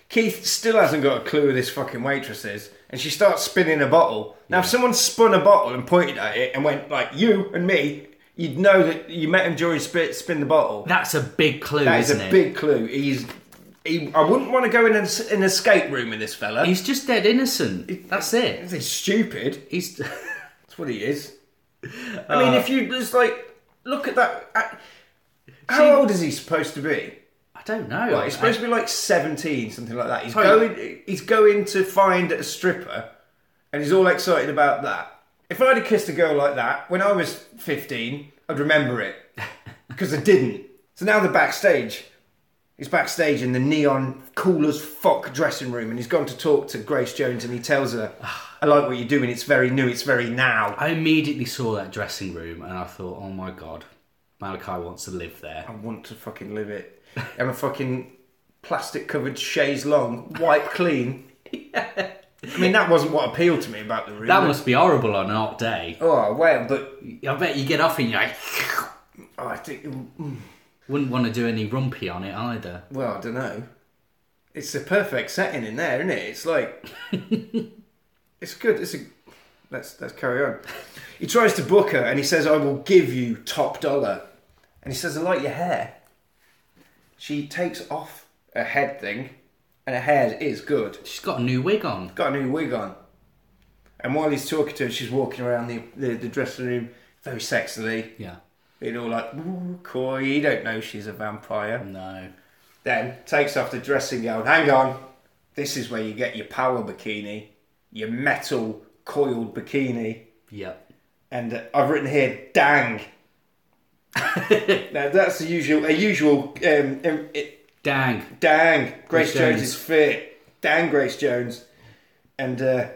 Speaker 4: Keith still hasn't got a clue who this fucking waitress is, and she starts spinning a bottle. Now, if someone spun a bottle and pointed at it and went like you and me, you'd know that you met him during spin, spin the bottle.
Speaker 5: That's a big clue,
Speaker 4: that is
Speaker 5: isn't
Speaker 4: a
Speaker 5: it?
Speaker 4: big clue. He's. He, I wouldn't want to go in an, es- an escape room with this fella.
Speaker 5: He's just dead innocent. That's it.
Speaker 4: he's stupid.
Speaker 5: He's
Speaker 4: That's what he
Speaker 5: <laughs>
Speaker 4: is. I
Speaker 5: Uh.
Speaker 4: mean, if you just like look at that. I- How
Speaker 5: See-
Speaker 4: old is he supposed to be?
Speaker 5: I don't know.
Speaker 4: Like, he's supposed to be like seventeen, something like that. He's
Speaker 5: Totally.
Speaker 4: going. He's going to find a stripper, and he's all excited about that. If I'd have kissed a girl like that when I was fifteen, I'd remember
Speaker 5: <laughs>
Speaker 4: it because I didn't. So now they're backstage. He's backstage in the neon, cool as fuck dressing room, and he's gone to talk to Grace Jones, and he tells
Speaker 5: <sighs>
Speaker 4: her, "I like what you're doing. It's very new. It's very now."
Speaker 5: I immediately saw that dressing room and I thought, oh my god, Malachi wants to live there.
Speaker 4: I want to fucking live it. I'm a fucking plastic covered chaise long, wipe clean. I mean, that wasn't what appealed to me about the room.
Speaker 5: That must be horrible on an hot day.
Speaker 4: Oh, well, but
Speaker 5: I bet you get off and you're like, <laughs>
Speaker 4: oh, I think,
Speaker 5: wouldn't want to do any rumpy on it either.
Speaker 4: well, I don't know. It's the perfect setting in there, isn't it? It's like, it's good. It's a, let's let's carry on. He tries to book her, and he says, "I will give you top dollar," and he says, "I like your hair." She takes off a head thing, and her hair is good.
Speaker 5: She's got a new wig on.
Speaker 4: got a new wig on. And while he's talking to her, she's walking around the, the, the dressing room very sexily,
Speaker 5: Yeah.
Speaker 4: being all like, ooh, coy, you don't know she's a vampire.
Speaker 5: No.
Speaker 4: Then takes off the dressing gown. Hang on, this is where you get your power bikini, your metal coiled bikini.
Speaker 5: Yep.
Speaker 4: And uh, I've written here, dang. <laughs> now that's the usual, a usual um, um, it,
Speaker 5: Dang.
Speaker 4: Dang, Grace
Speaker 5: Grace
Speaker 4: Jones.
Speaker 5: Jones.
Speaker 4: is fit. Dang, Grace Jones. And uh,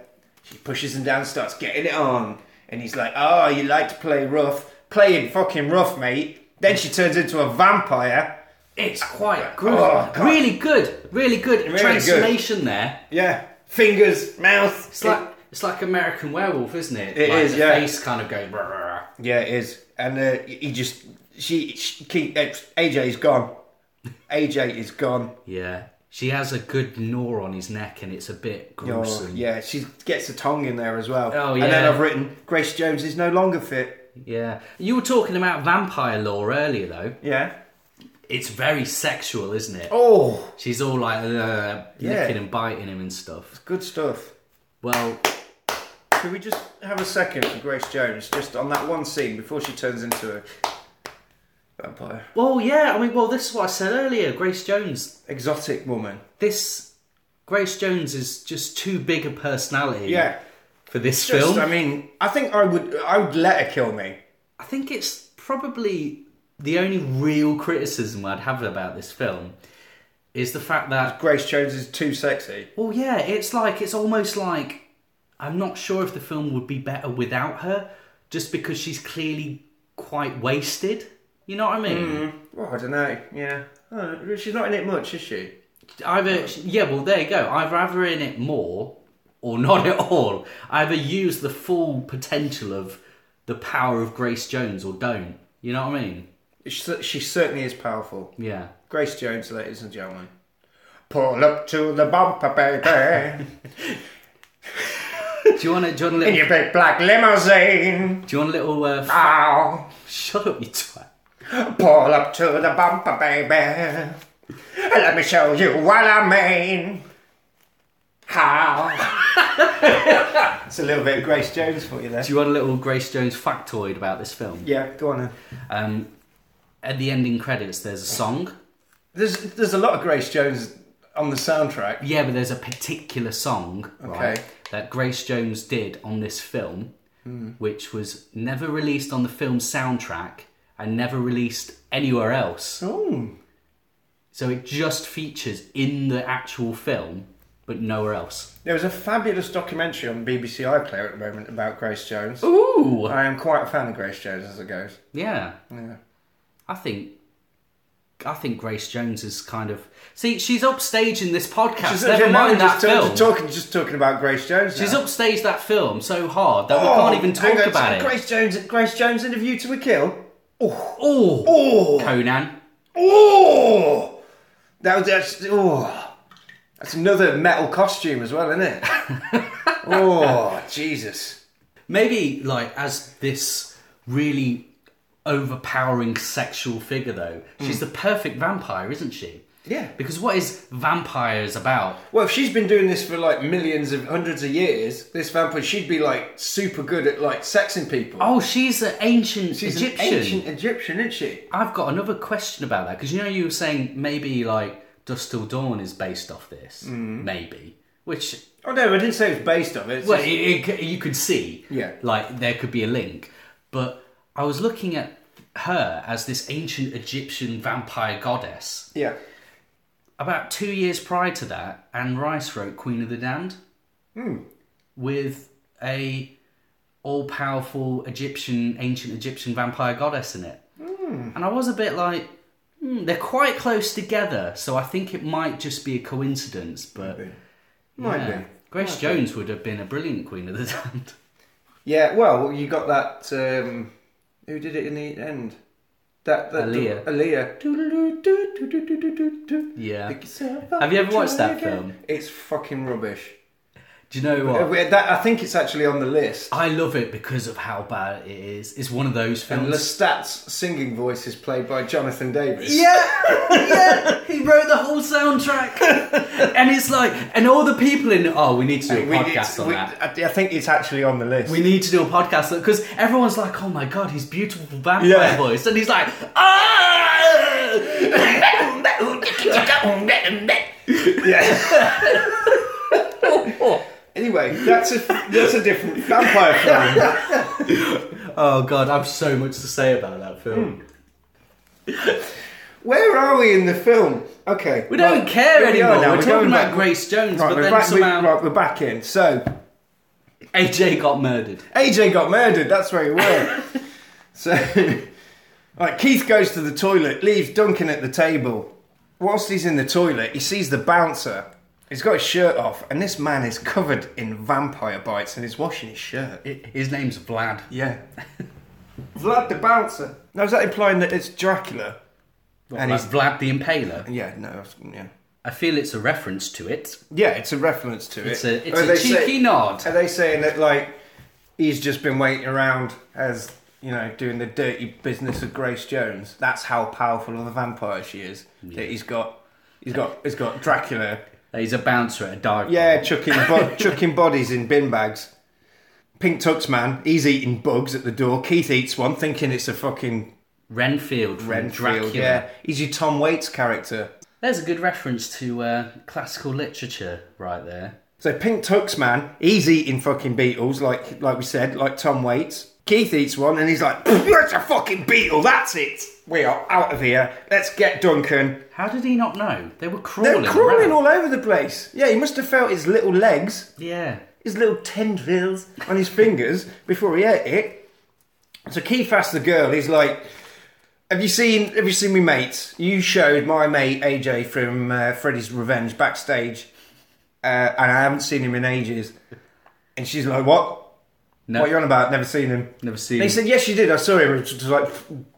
Speaker 4: she pushes him down, starts getting it on. And he's like, Oh, you like to play rough. Playing fucking rough, mate. Then she turns into a vampire.
Speaker 5: It's quite good.
Speaker 4: Oh, God.
Speaker 5: really good. Really good.
Speaker 4: good.
Speaker 5: Transformation there.
Speaker 4: Yeah. Fingers, mouth.
Speaker 5: It's like it's like American Werewolf, isn't it?
Speaker 4: It
Speaker 5: It is. like
Speaker 4: is,
Speaker 5: the
Speaker 4: yeah.
Speaker 5: Face kind of going. "Rah, rah, rah."
Speaker 4: Yeah, it is. And uh, he just. She. she Keith- uh, AJ's gone. AJ is gone.
Speaker 5: Yeah. She has a good gnaw on his neck and it's a bit
Speaker 4: Oh,
Speaker 5: gruesome.
Speaker 4: yeah, she gets a tongue in there as well.
Speaker 5: Oh,
Speaker 4: And then
Speaker 5: yeah.
Speaker 4: I've written, Grace Jones is no longer fit.
Speaker 5: Yeah. You were talking about vampire lore earlier, though.
Speaker 4: Yeah.
Speaker 5: It's very sexual, isn't it?
Speaker 4: Oh,
Speaker 5: She's all like uh,
Speaker 4: Yeah.
Speaker 5: licking and biting him and stuff.
Speaker 4: good stuff.
Speaker 5: Well,
Speaker 4: Could we just have a second for Grace Jones, just on that one scene before she turns into a vampire?
Speaker 5: well, yeah. I mean, well, this is what I said earlier. Grace Jones.
Speaker 4: Exotic woman.
Speaker 5: This Grace Jones is just too big a personality.
Speaker 4: Yeah.
Speaker 5: For this
Speaker 4: Just, um,
Speaker 5: film,
Speaker 4: I mean, I think I would, I would let her kill me.
Speaker 5: I think it's probably the only real criticism I'd have about this film is the fact that
Speaker 4: Grace Jones is too sexy.
Speaker 5: Well, yeah, it's like it's almost like I'm not sure if the film would be better without her, just because she's clearly quite wasted. You know what I mean?
Speaker 4: Well, Oh, I don't know. Yeah. Oh, she's not in it much, is she?
Speaker 5: Either yeah, well there you go. Either have her in it more or not at all. Either use the full potential of the power of Grace Jones or don't. You know what I mean?
Speaker 4: She, she certainly is powerful.
Speaker 5: Yeah.
Speaker 4: Grace Jones, ladies and gentlemen. Pull up to the bumper, baby, <laughs>
Speaker 5: Do you want to? Do you want a
Speaker 4: in
Speaker 5: little?
Speaker 4: your big black limousine.
Speaker 5: Do you want a little? Uh, <laughs> f-
Speaker 4: Ow.
Speaker 5: shut up, you twat.
Speaker 4: Pull up to the bumper, baby. Let me show you what I mean. How? it's a little bit of Grace Jones for you there.
Speaker 5: Do you want a little Grace Jones factoid about this film?
Speaker 4: Yeah, go on then.
Speaker 5: Um, at the ending credits, there's a song.
Speaker 4: There's there's a lot of Grace Jones on the soundtrack.
Speaker 5: Yeah, but there's a particular song, right,
Speaker 4: Okay.
Speaker 5: that Grace Jones did on this film, which was never released on the film soundtrack and never released anywhere else.
Speaker 4: Ooh.
Speaker 5: So it just features in the actual film, but nowhere else.
Speaker 4: There was a fabulous documentary on BBC iPlayer at the moment about Grace Jones.
Speaker 5: Ooh!
Speaker 4: I am quite a fan of Grace Jones as it goes.
Speaker 5: Yeah.
Speaker 4: Yeah.
Speaker 5: I think. I think Grace Jones is kind of see she's upstaging this podcast. never mind that
Speaker 4: just,
Speaker 5: film.
Speaker 4: just talking, just talking about Grace Jones.
Speaker 5: She's
Speaker 4: now.
Speaker 5: upstaged that film so hard that
Speaker 4: Oh,
Speaker 5: we can't even
Speaker 4: hang
Speaker 5: talk
Speaker 4: on,
Speaker 5: about it.
Speaker 4: Grace Jones, Grace Jones in A View to a Kill.
Speaker 5: Oh,
Speaker 4: Oh,
Speaker 5: Conan.
Speaker 4: oh, that was that's oh, that's another metal costume as well, isn't
Speaker 5: <laughs>
Speaker 4: it? oh, Jesus.
Speaker 5: Maybe like as this really overpowering sexual figure though. She's the perfect vampire, isn't she?
Speaker 4: Mm. Yeah.
Speaker 5: Because what is vampires about?
Speaker 4: Well, if she's been doing this for like millions of hundreds of years, this vampire, she'd be like super good at like sexing people.
Speaker 5: Oh, she's an ancient
Speaker 4: She's
Speaker 5: Egyptian.
Speaker 4: an ancient Egyptian, isn't she?
Speaker 5: I've got another question about that because you know you were saying maybe like Dust Till Dawn is based off this,
Speaker 4: Mm.
Speaker 5: maybe, which
Speaker 4: Oh no, I didn't say it was based on it. It's
Speaker 5: well,
Speaker 4: just-
Speaker 5: it, it, c- you could see,
Speaker 4: Yeah.
Speaker 5: like there could be a link. But I was looking at her as this ancient Egyptian vampire goddess.
Speaker 4: yeah.
Speaker 5: About two years prior to that, Anne Rice wrote Queen of the Damned
Speaker 4: Hmm.
Speaker 5: with a all-powerful Egyptian, ancient Egyptian vampire goddess in it. And I was a bit like, hmm, they're quite close together, so I think it might just be a coincidence. But
Speaker 4: Might
Speaker 5: yeah.
Speaker 4: be.
Speaker 5: Grace Jones would have been a brilliant Queen of the Damned. <laughs>
Speaker 4: Yeah, well, you got that. Um, who did it in the end? That, that
Speaker 5: Aaliyah.
Speaker 4: Aaliyah. Doo-doo-doo-doo-doo-doo-doo-doo.
Speaker 5: Yeah.
Speaker 4: Pick yourself up,
Speaker 5: Have you ever watched
Speaker 4: try
Speaker 5: that
Speaker 4: again.
Speaker 5: film?
Speaker 4: It's fucking rubbish.
Speaker 5: Do you know
Speaker 4: Uh,
Speaker 5: what?
Speaker 4: we- that- I think it's actually on the list.
Speaker 5: I love it because of how bad it is. It's one of those
Speaker 4: And
Speaker 5: films.
Speaker 4: Lestat's singing voice is played by Jonathan Davis.
Speaker 5: yeah, yeah. He wrote the whole soundtrack, and it's like, and all the people in. Oh, we need to do a
Speaker 4: We- it's-
Speaker 5: podcast on
Speaker 4: we-
Speaker 5: that.
Speaker 4: I I think it's actually on the list.
Speaker 5: We need to do a podcast because everyone's like, "Oh my god, his beautiful vampire
Speaker 4: Yeah.
Speaker 5: voice," and he's like, "Ah!" <laughs>
Speaker 4: <laughs> Anyway, that's a that's a different vampire film.
Speaker 5: Oh god, I've so much to say about that
Speaker 4: Hmm.
Speaker 5: film.
Speaker 4: Where are we in the film? Okay,
Speaker 5: We don't care anymore. We're talking about Grace Jones,
Speaker 4: Right,
Speaker 5: but
Speaker 4: we're
Speaker 5: then
Speaker 4: back,
Speaker 5: somehow
Speaker 4: we, right, we're back in. So
Speaker 5: AJ got murdered.
Speaker 4: AJ got murdered. That's where he were. so, right, Keith goes to the toilet, leaves Duncan at the table. Whilst he's in the toilet, he sees the bouncer. He's got his shirt off, and this man is covered in vampire bites, and he's washing his shirt.
Speaker 5: His name's Vlad.
Speaker 4: Yeah. Vlad the bouncer. Now is that implying that it's Dracula?
Speaker 5: And he's Vlad the Impaler.
Speaker 4: Yeah. No. it's- Yeah.
Speaker 5: I feel it's a reference to it.
Speaker 4: Yeah, it's a reference to
Speaker 5: It's
Speaker 4: it.
Speaker 5: a, it's
Speaker 4: Are
Speaker 5: a
Speaker 4: they
Speaker 5: cheeky
Speaker 4: say-
Speaker 5: nod.
Speaker 4: Are they saying that like he's just been waiting around as you know doing the dirty business of Grace Jones? That's how powerful of a vampire she is. That he's got, he's got, he's got Dracula.
Speaker 5: He's a bouncer at a dive
Speaker 4: Yeah, <laughs>
Speaker 5: bar.
Speaker 4: chucking bo- chucking bodies in bin bags. Pink Tux man, he's eating bugs at the door. Keith eats one, thinking it's a fucking
Speaker 5: Renfield from
Speaker 4: Renfield.
Speaker 5: Dracula.
Speaker 4: Yeah, he's your Tom Waits character.
Speaker 5: There's a good reference to uh, classical literature right there.
Speaker 4: So Pink Tux man, he's eating fucking beetles, like like we said, like Tom Waits. Keith eats one, and he's like, "That's a fucking beetle. That's it. We are out of here. Let's get Duncan."
Speaker 5: How did he not know? They were crawling.
Speaker 4: They're crawling
Speaker 5: around.
Speaker 4: all over the place. Yeah, he must have felt his little legs,
Speaker 5: Yeah.
Speaker 4: his little tendrils on his fingers before he ate it. So Keith asked the girl, he's like, "Have you seen? Have you seen me mates? You showed my mate AJ from uh, Freddy's Revenge backstage, uh, and I haven't seen him in ages." And she's like, "What?
Speaker 5: No.
Speaker 4: What are you on about? Never seen him."
Speaker 5: Never seen
Speaker 4: They
Speaker 5: him.
Speaker 4: said, "Yes, you did. I saw him." It's just like,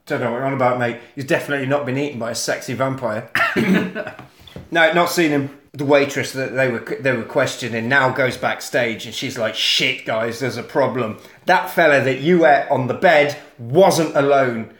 Speaker 4: "Don't know what you're on about, mate. He's definitely not been eaten by a sexy vampire." <laughs> no, not seen him. The waitress that they were they were questioning now goes backstage, and she's like, "Shit, guys, there's a problem. That fella that you ate on the bed wasn't alone."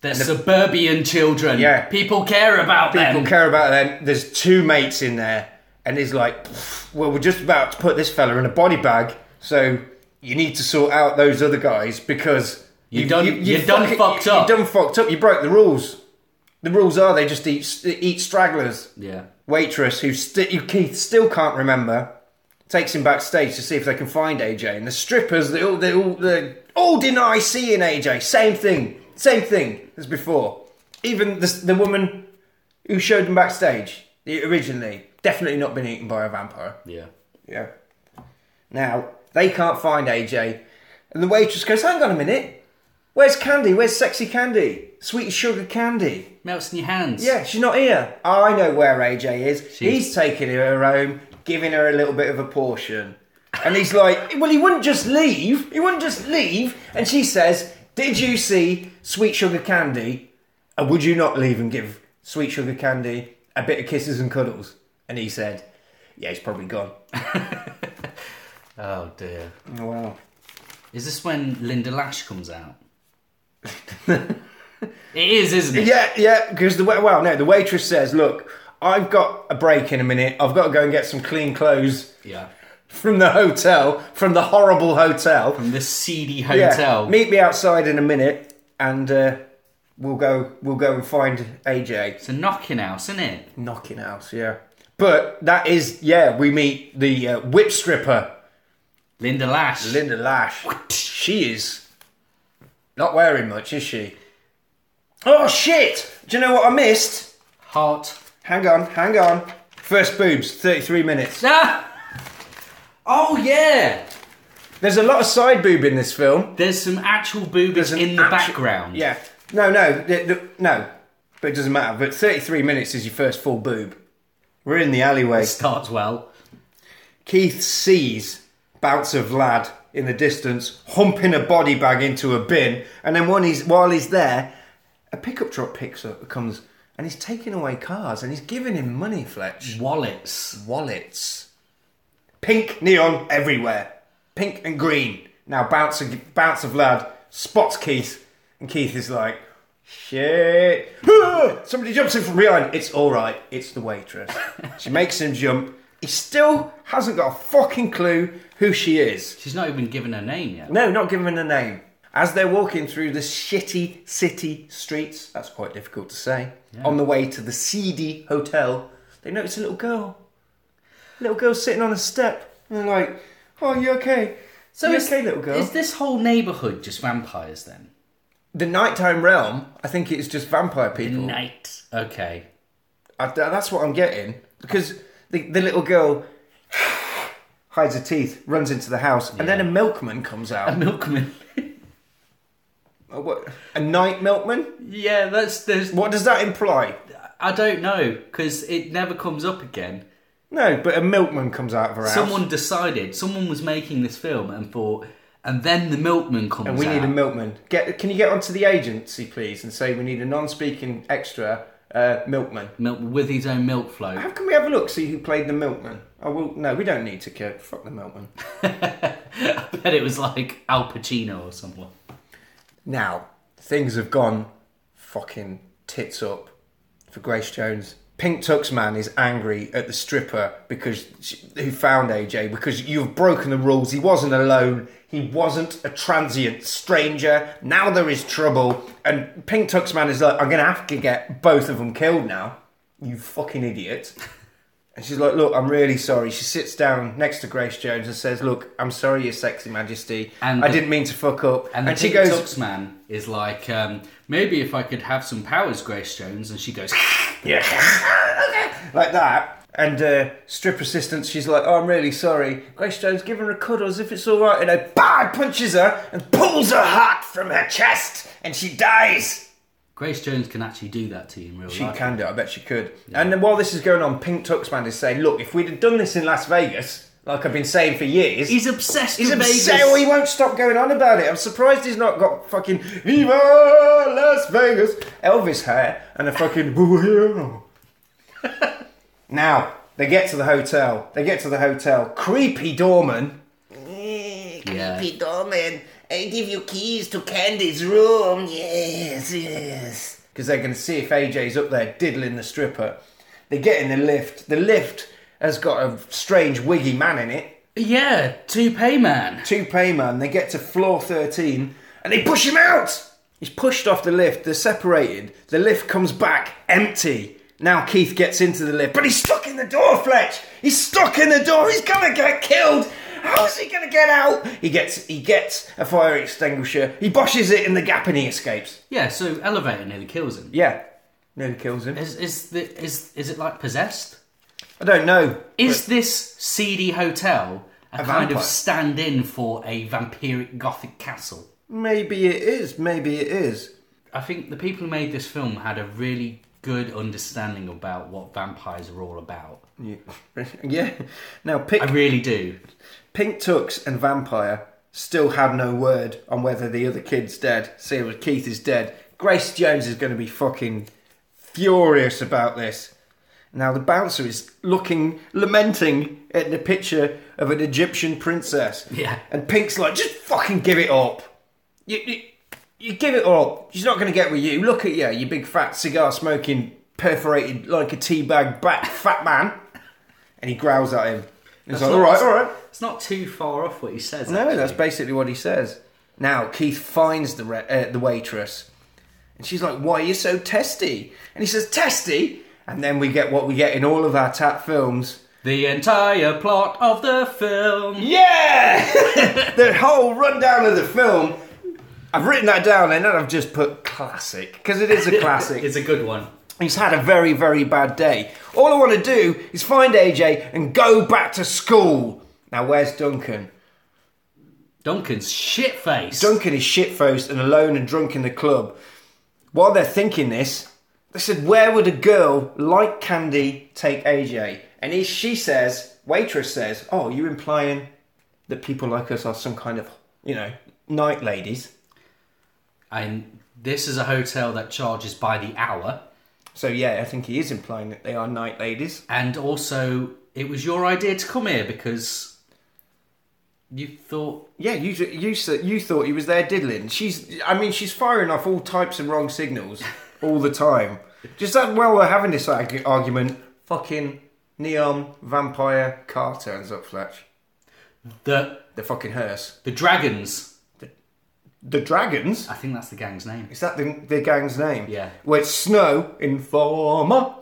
Speaker 5: They're suburban children.
Speaker 4: Yeah.
Speaker 5: People care about
Speaker 4: People
Speaker 5: them.
Speaker 4: care about them. There's two mates in there, and he's like, "Pff, "Well, we're just about to put this fella in a body bag, so you need to sort out those other guys because
Speaker 5: You done- you done
Speaker 4: fucking-
Speaker 5: fucked
Speaker 4: you-
Speaker 5: up."
Speaker 4: You done fucked up. You broke the rules. The rules are they just eat eat stragglers.
Speaker 5: Yeah.
Speaker 4: Waitress who sti- who Keith still can't remember takes him backstage to see if they can find AJ, and the strippers they all they all they all deny seeing AJ. Same thing, same thing as before. Even the, the woman who showed them backstage originally definitely not been eaten by a vampire.
Speaker 5: Yeah.
Speaker 4: Yeah. Now they can't find AJ, and the waitress goes, "Hang on a minute, where's Candy? Where's sexy Candy? Sweet sugar Candy?
Speaker 5: Melts in your hands.
Speaker 4: Yeah, she's not here. Oh, I know where AJ is. He's taking her home, giving her a little bit of a portion." And he's like, <laughs> "Well, he wouldn't just leave. He wouldn't just leave." And she says, "Did you see sweet sugar Candy? And would you not leave and give sweet sugar Candy a bit of kisses and cuddles?" And he said, "Yeah, he's probably gone."
Speaker 5: Oh dear.
Speaker 4: Oh, wow.
Speaker 5: Is this when Linda Lash
Speaker 4: <laughs>
Speaker 5: comes out? it is, isn't it?
Speaker 4: Yeah, yeah, because the wa- well, no, the waitress says, "Look, I've got a break in a minute. I've got to go and get some clean clothes
Speaker 5: Yeah.
Speaker 4: from the hotel, from the horrible hotel.
Speaker 5: The seedy
Speaker 4: Yeah,
Speaker 5: hotel.
Speaker 4: meet me outside in a minute, and uh, we'll go. We'll go and find AJ.
Speaker 5: It's a knocking house, isn't it?
Speaker 4: Knocking house, yeah. But that is, yeah, we meet the uh, whip stripper,
Speaker 5: Linda Lash.
Speaker 4: Linda Lash. She is not wearing much, is she? Oh shit! Do you know what I missed?
Speaker 5: Hot.
Speaker 4: Hang on, hang on. First boobs, 33 minutes.
Speaker 5: Ah! Oh yeah.
Speaker 4: There's a lot of side boob in this film.
Speaker 5: There's some actual boobies
Speaker 4: There's an
Speaker 5: in the
Speaker 4: actu-
Speaker 5: background.
Speaker 4: Yeah. No, no, th- th- no. But it doesn't matter. But 33 minutes is your first full boob. We're in the alleyway.
Speaker 5: Starts well.
Speaker 4: Keith sees bouts of lad in the distance humping a body bag into a bin, and then when he's while he's there, a pickup truck picks up comes and he's taking away cars and he's giving him money, Fletch.
Speaker 5: Wallets.
Speaker 4: wallets. Pink neon everywhere. Pink and green. Now bounce of, bounce of lad spots Keith, and Keith is like, shit. Ah! Somebody jumps in from behind. It's all right. It's the waitress. she makes him jump. He still hasn't got a fucking clue who she is.
Speaker 5: She's not even given her name yet.
Speaker 4: No, not given a name. As they're walking through the shitty city streets, that's quite difficult to say, on the way to the seedy hotel, they notice a little girl. Little girl sitting on a step. And they're like, Oh, you okay? So you
Speaker 5: is-
Speaker 4: okay, little girl?
Speaker 5: Is this whole neighbourhood just vampires then?
Speaker 4: the nighttime realm, I think it's just vampire people.
Speaker 5: Night. Okay.
Speaker 4: I, tha- that's what I'm getting. Because the, the little girl <sighs> hides her teeth, runs into the house, and then a milkman comes out.
Speaker 5: Milkman. <laughs>
Speaker 4: Uh, what, a night milkman?
Speaker 5: yeah, that's there's.
Speaker 4: What does that imply?
Speaker 5: I don't know because it never comes up again.
Speaker 4: No, but a milkman comes out of her house.
Speaker 5: Someone decided. Someone was making this film and thought, and then the milkman comes.
Speaker 4: And we need
Speaker 5: out.
Speaker 4: a milkman. Get can you get onto the agency, please, and say we need a non-speaking extra uh, milkman.
Speaker 5: milk with his own milk float. <laughs>
Speaker 4: How can we have a look? See who played the milkman. Oh well, no, we don't need to. Kurt. Fuck the milkman.
Speaker 5: I bet it was like Al Pacino or someone.
Speaker 4: Now things have gone fucking tits up for Grace Jones. Pink Tux Man is angry at the stripper because she, who found AJ because you've broken the rules. He wasn't alone. He wasn't a transient stranger. Now there is trouble, and Pink Tux Man is like, I'm gonna have to get both of them killed now. You fucking idiot. And she's like, Look, I'm really sorry. She sits down next to Grace Jones and says, Look, I'm sorry, Your Sexy Majesty.
Speaker 5: And
Speaker 4: I
Speaker 5: the-
Speaker 4: didn't mean to fuck up.
Speaker 5: And the
Speaker 4: she
Speaker 5: Pink
Speaker 4: goes,
Speaker 5: Tux man is like, um, maybe if I could have some powers, Grace Jones, and she goes, <laughs>
Speaker 4: like that. And uh, strip assistant, she's like, "Oh, I'm really sorry." Grace Jones giving her cuddles if it's all right, and then bah, punches her and pulls her heart from her chest, and she dies.
Speaker 5: Grace Jones can actually do that to you in real
Speaker 4: She
Speaker 5: life.
Speaker 4: can do. it, I bet she could. And then while this is going on, Pink Tuxman is saying, "Look, if we'd have done this in Las Vegas, like I've been saying for years,
Speaker 5: He's obsessed
Speaker 4: He's
Speaker 5: with
Speaker 4: obsessed.
Speaker 5: Vegas.
Speaker 4: He won't stop going on about it. I'm surprised he's not got fucking Viva Las Vegas Elvis hair and a fucking <laughs> "We're here." now they get to the hotel. They get to the hotel. Creepy doorman.
Speaker 5: Yeah.
Speaker 4: Creepy doorman
Speaker 6: I give you keys to Candy's room. Yes, yes.
Speaker 4: because they can see if AJ's up there diddling the stripper. They get in the lift. The lift has got a strange wiggy man in it.
Speaker 5: Yeah, toupee man.
Speaker 4: Toupee man. They get to floor 13 and they push him out. He's pushed off the lift. They're separated. The lift comes back empty. Now Keith gets into the lift, but he's stuck in the door, Fletch. He's stuck in the door. He's gonna get killed. How is he gonna get out? He gets he gets a fire extinguisher. He boshes it in the gap and he escapes.
Speaker 5: Yeah, so elevator nearly kills him.
Speaker 4: Yeah, nearly kills him.
Speaker 5: Is is the, is is it like possessed?
Speaker 4: I don't know.
Speaker 5: Is this seedy hotel a, kind
Speaker 4: vampire.
Speaker 5: of stand-in for a vampiric gothic castle?
Speaker 4: Maybe it is. Maybe it is. <laughs>
Speaker 5: I think the people who made this film had a really good understanding about what vampires are all about.
Speaker 4: yeah. Now, Pink,
Speaker 5: I really do.
Speaker 4: Pink Tux and Vampire still had no word on whether the other kid's dead. See, if Keith is dead. Grace Jones is going to be fucking furious about this. Now, the bouncer is looking, lamenting at the picture of an Egyptian princess.
Speaker 5: Yeah.
Speaker 4: And Pink's like, just fucking give it up. You, you, you give it up. She's not going to get with you. Look at you, you big fat cigar smoking, perforated like a teabag bat, fat man. And he growls at him. He's like, all right, all right.
Speaker 5: It's not too far off what he says.
Speaker 4: No,
Speaker 5: actually.
Speaker 4: that's basically what he says. Now Keith finds the re- uh, the waitress, and she's like, "Why are you so testy?" And he says, "Testy." And then we get what we get in all of our tap films.
Speaker 5: the entire plot of the film.
Speaker 4: Yeah, <laughs> the whole rundown of the film. I've written that down, and then I've just put classic because it is a classic.
Speaker 5: <laughs> it's a good one.
Speaker 4: He's had a very, very bad day. All I want to do is find AJ and go back to school. Now, where's Duncan?
Speaker 5: Duncan's shit face.
Speaker 4: Duncan is shitfaced and alone and drunk in the club. While they're thinking this, they said, Where would a girl like Candy take AJ? And he, she says, Waitress says, Oh, you're implying that people like us are some kind of, you know, night ladies.
Speaker 5: and this is a hotel that charges by the hour.
Speaker 4: So, yeah, I think he is implying that they are night ladies.
Speaker 5: And also, it was your idea to come here because you thought
Speaker 4: Yeah, you you s- you thought he was there diddling. She's, I mean, she's firing off all types of wrong signals all the time. Just that while we're having this arg- argument, fucking neon vampire car turns up, Fletch.
Speaker 5: the
Speaker 4: The fucking hearse.
Speaker 5: the dragons.
Speaker 4: The dragons.
Speaker 5: I think that's the gang's name.
Speaker 4: Is that the, the gang's name?
Speaker 5: Yeah.
Speaker 4: Well, it's Snow Informer.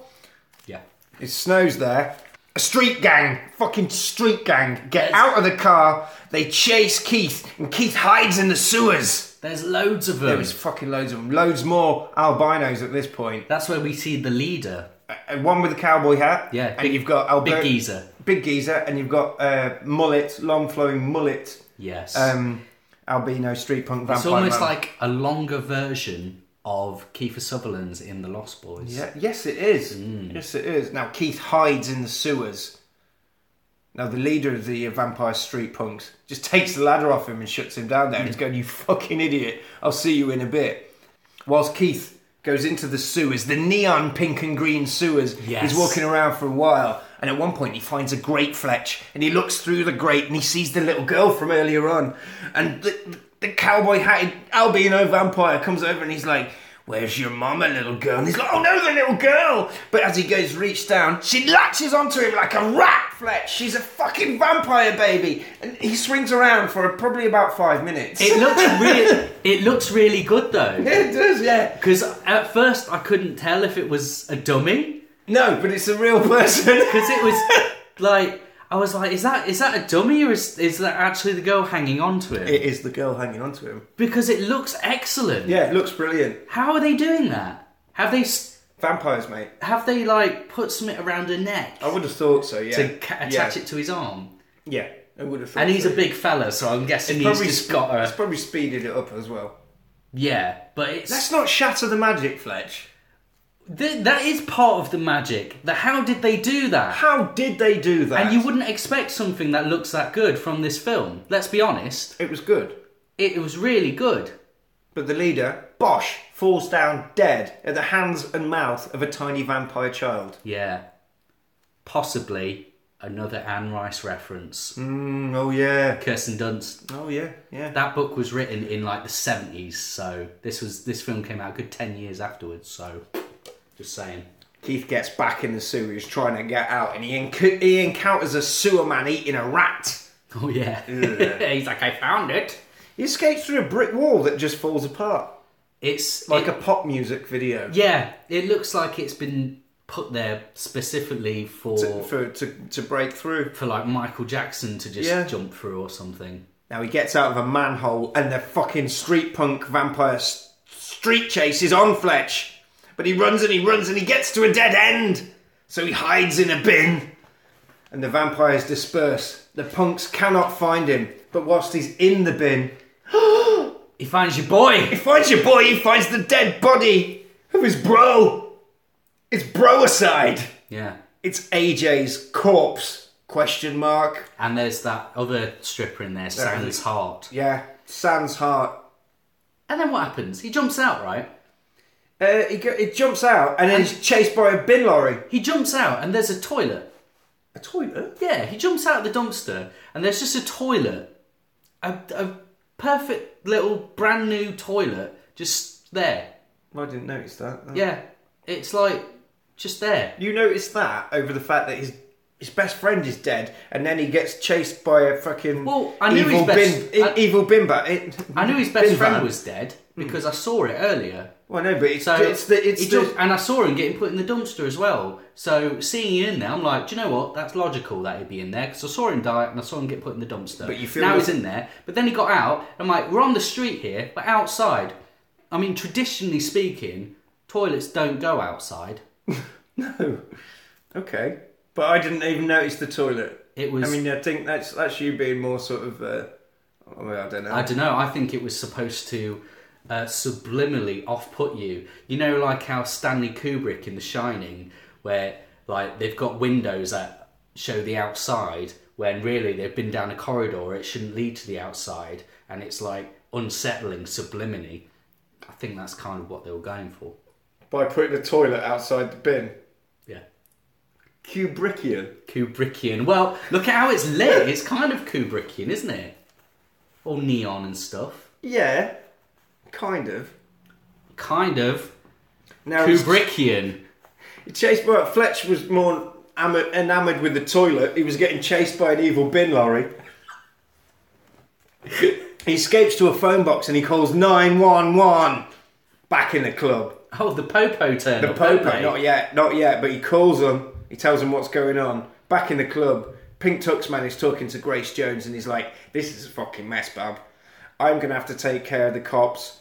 Speaker 5: Yeah.
Speaker 4: It snows there. A street gang, fucking street gang, get out of the car. They chase Keith, and Keith hides in the sewers.
Speaker 5: There's loads of them.
Speaker 4: There was fucking loads of them. Loads more albinos at this point.
Speaker 5: That's where we see the leader.
Speaker 4: Uh, one with a cowboy hat.
Speaker 5: Yeah,
Speaker 4: And
Speaker 5: big-
Speaker 4: you've got Alberto.
Speaker 5: Big geezer.
Speaker 4: Big geezer. And you've got uh, mullet, long flowing mullet,
Speaker 5: Yes.
Speaker 4: um, albino street punk vampire.
Speaker 5: it's almost
Speaker 4: man.
Speaker 5: like a longer version of Kiefer Sutherland's in The Lost Boys.
Speaker 4: Yeah, yes, it is.
Speaker 5: Mm.
Speaker 4: Yes, it is. Now, Keith hides in the sewers. Now, the leader of the uh, vampire street punks just takes the ladder off him and shuts him down there.
Speaker 5: Mm.
Speaker 4: He's going, You fucking idiot. I'll see you in a bit. Whilst Keith goes into the sewers, the neon pink and green sewers,
Speaker 5: Yes.
Speaker 4: he's walking around for a while. And at one point, he finds a grate, Fletch, and he looks through the grate and he sees the little girl from earlier on. And the, the cowboy hatted albino vampire comes over and he's like, Where's your mama, little girl? And he's like, Oh no, the little girl! But as he goes, reach down, she latches onto him like a rat, Fletch. She's a fucking vampire baby. And he swings around for probably about five minutes.
Speaker 5: It looks really it looks really good though.
Speaker 4: <laughs> it does, yeah.
Speaker 5: Because at first I couldn't tell if it was a dummy.
Speaker 4: No, but it's a real
Speaker 5: <laughs>
Speaker 4: person.
Speaker 5: Because it was like I was like, is that is that a dummy or is is that actually the girl hanging on to it?
Speaker 4: It is the girl hanging onto him.
Speaker 5: Because it looks excellent.
Speaker 4: Yeah, it looks brilliant.
Speaker 5: How are they doing that? Have they s-
Speaker 4: Vampires, mate.
Speaker 5: have they like put something around her neck
Speaker 4: I would have thought so, yeah.
Speaker 5: to ca- attach
Speaker 4: yeah.
Speaker 5: it to his arm?
Speaker 4: Yeah, I would have thought
Speaker 5: And he's
Speaker 4: so.
Speaker 5: a big fella, so I'm guessing he's just
Speaker 4: sp-
Speaker 5: got
Speaker 4: it's
Speaker 5: a
Speaker 4: probably speeded it up as well.
Speaker 5: yeah. But it's
Speaker 4: Let's not shatter the magic, Fletch.
Speaker 5: Th- that is part of the magic. The how did they do that?
Speaker 4: How did they do that?
Speaker 5: And you wouldn't expect something that looks that good from this film. Let's be honest,
Speaker 4: It was good.
Speaker 5: it was really good.
Speaker 4: But the leader, Bosch, falls down dead at the hands and mouth of a tiny vampire child.
Speaker 5: Yeah, possibly another Anne Rice reference.
Speaker 4: Mm, oh yeah.
Speaker 5: Kirsten Dunst.
Speaker 4: Oh yeah. Yeah.
Speaker 5: That book was written in like the seventies, so this was this film came out a good ten years afterwards. So, just saying. <laughs>
Speaker 4: Keith gets back in the sewer. He's trying to get out, and he enc- he encounters a sewer man eating a rat.
Speaker 5: Oh yeah. <laughs> He's like, I found it.
Speaker 4: He escapes through a brick wall that just falls apart,
Speaker 5: It's
Speaker 4: like
Speaker 5: it-
Speaker 4: a pop music video.
Speaker 5: yeah. It looks like it's been put there specifically for
Speaker 4: To, for, to, to break through.
Speaker 5: for like Michael Jackson to just
Speaker 4: Yeah.
Speaker 5: jump through or something.
Speaker 4: Now he gets out of a manhole, and the fucking street punk vampire s- street chase is on Fletch. But he runs and he runs and he gets to a dead end. So he hides in a bin. And the vampires disperse. The punks cannot find him. But whilst he's in the bin,
Speaker 5: He finds your boy. <laughs>
Speaker 4: he finds your boy, he finds the dead body of his bro. It's broicide.
Speaker 5: yeah.
Speaker 4: It's AJ's corpse. Question mark.
Speaker 5: And there's that other stripper in there, Sans Heart.
Speaker 4: Yeah, Sans heart.
Speaker 5: And then what happens? He jumps out, right?
Speaker 4: Uh, he, go, he jumps out and then he's chased by a bin lorry.
Speaker 5: He jumps out and there's a toilet.
Speaker 4: A toilet?
Speaker 5: Yeah, he jumps out of the dumpster and there's just a toilet. A, a perfect little brand new toilet just there.
Speaker 4: I didn't notice that.
Speaker 5: Yeah. It's like just there.
Speaker 4: You noticed that over the fact that his his best friend is dead, and then he gets chased by a fucking
Speaker 5: Well, I knew his
Speaker 4: evil
Speaker 5: best-
Speaker 4: bin, e,
Speaker 5: I-
Speaker 4: evil bin bat. It-
Speaker 5: I knew his best
Speaker 4: bin
Speaker 5: friend
Speaker 4: van.
Speaker 5: was dead because I saw it earlier.
Speaker 4: <laughs> Well, no, but it's
Speaker 5: So
Speaker 4: it's the it's
Speaker 5: he
Speaker 4: the,
Speaker 5: jumped- and I saw him getting put in the dumpster as well. So seeing him in there, I'm like, do you know what? That's logical that he'd be in there because I saw him die and I saw him get put in the dumpster.
Speaker 4: But you feel
Speaker 5: now
Speaker 4: that-
Speaker 5: he's in there. But then he got out. I'm like, we're on the street here, but outside. I mean, traditionally speaking, toilets don't go outside.
Speaker 4: okay. But I didn't even notice the toilet.
Speaker 5: It was.
Speaker 4: I mean, I think that's that's you being more sort of. Uh, I, mean, I don't know.
Speaker 5: I don't know. I think it was supposed to uh, subliminally off-put you. You know, like how Stanley Kubrick in The Shining, where like they've got windows that show the outside, when really they've been down a corridor. It shouldn't lead to the outside, and it's like unsettling subliminally. I think that's kind of what they were going for.
Speaker 4: by putting a toilet outside the bin.
Speaker 5: Yeah.
Speaker 4: Kubrickian.
Speaker 5: Kubrickian. Well, look at how it's lit. It's kind of Kubrickian, isn't it? All neon and stuff.
Speaker 4: Yeah, kind of.
Speaker 5: Kind of
Speaker 4: Now he's-
Speaker 5: Kubrickian.
Speaker 4: Chased by Fletch was more am- enamoured with the toilet. He was getting chased by an evil bin lorry. he escapes to a phone box and he calls nine one one. Back in the club,
Speaker 5: Oh, the popo turn.
Speaker 4: the
Speaker 5: up,
Speaker 4: Pope.
Speaker 5: don't they?
Speaker 4: Not yet, not yet. But he calls them. He tells them what's going on. Back in the club, Pink Tux man is talking to Grace Jones and he's like, "This is a fucking mess, bub. I'm gonna have to take care of the cops."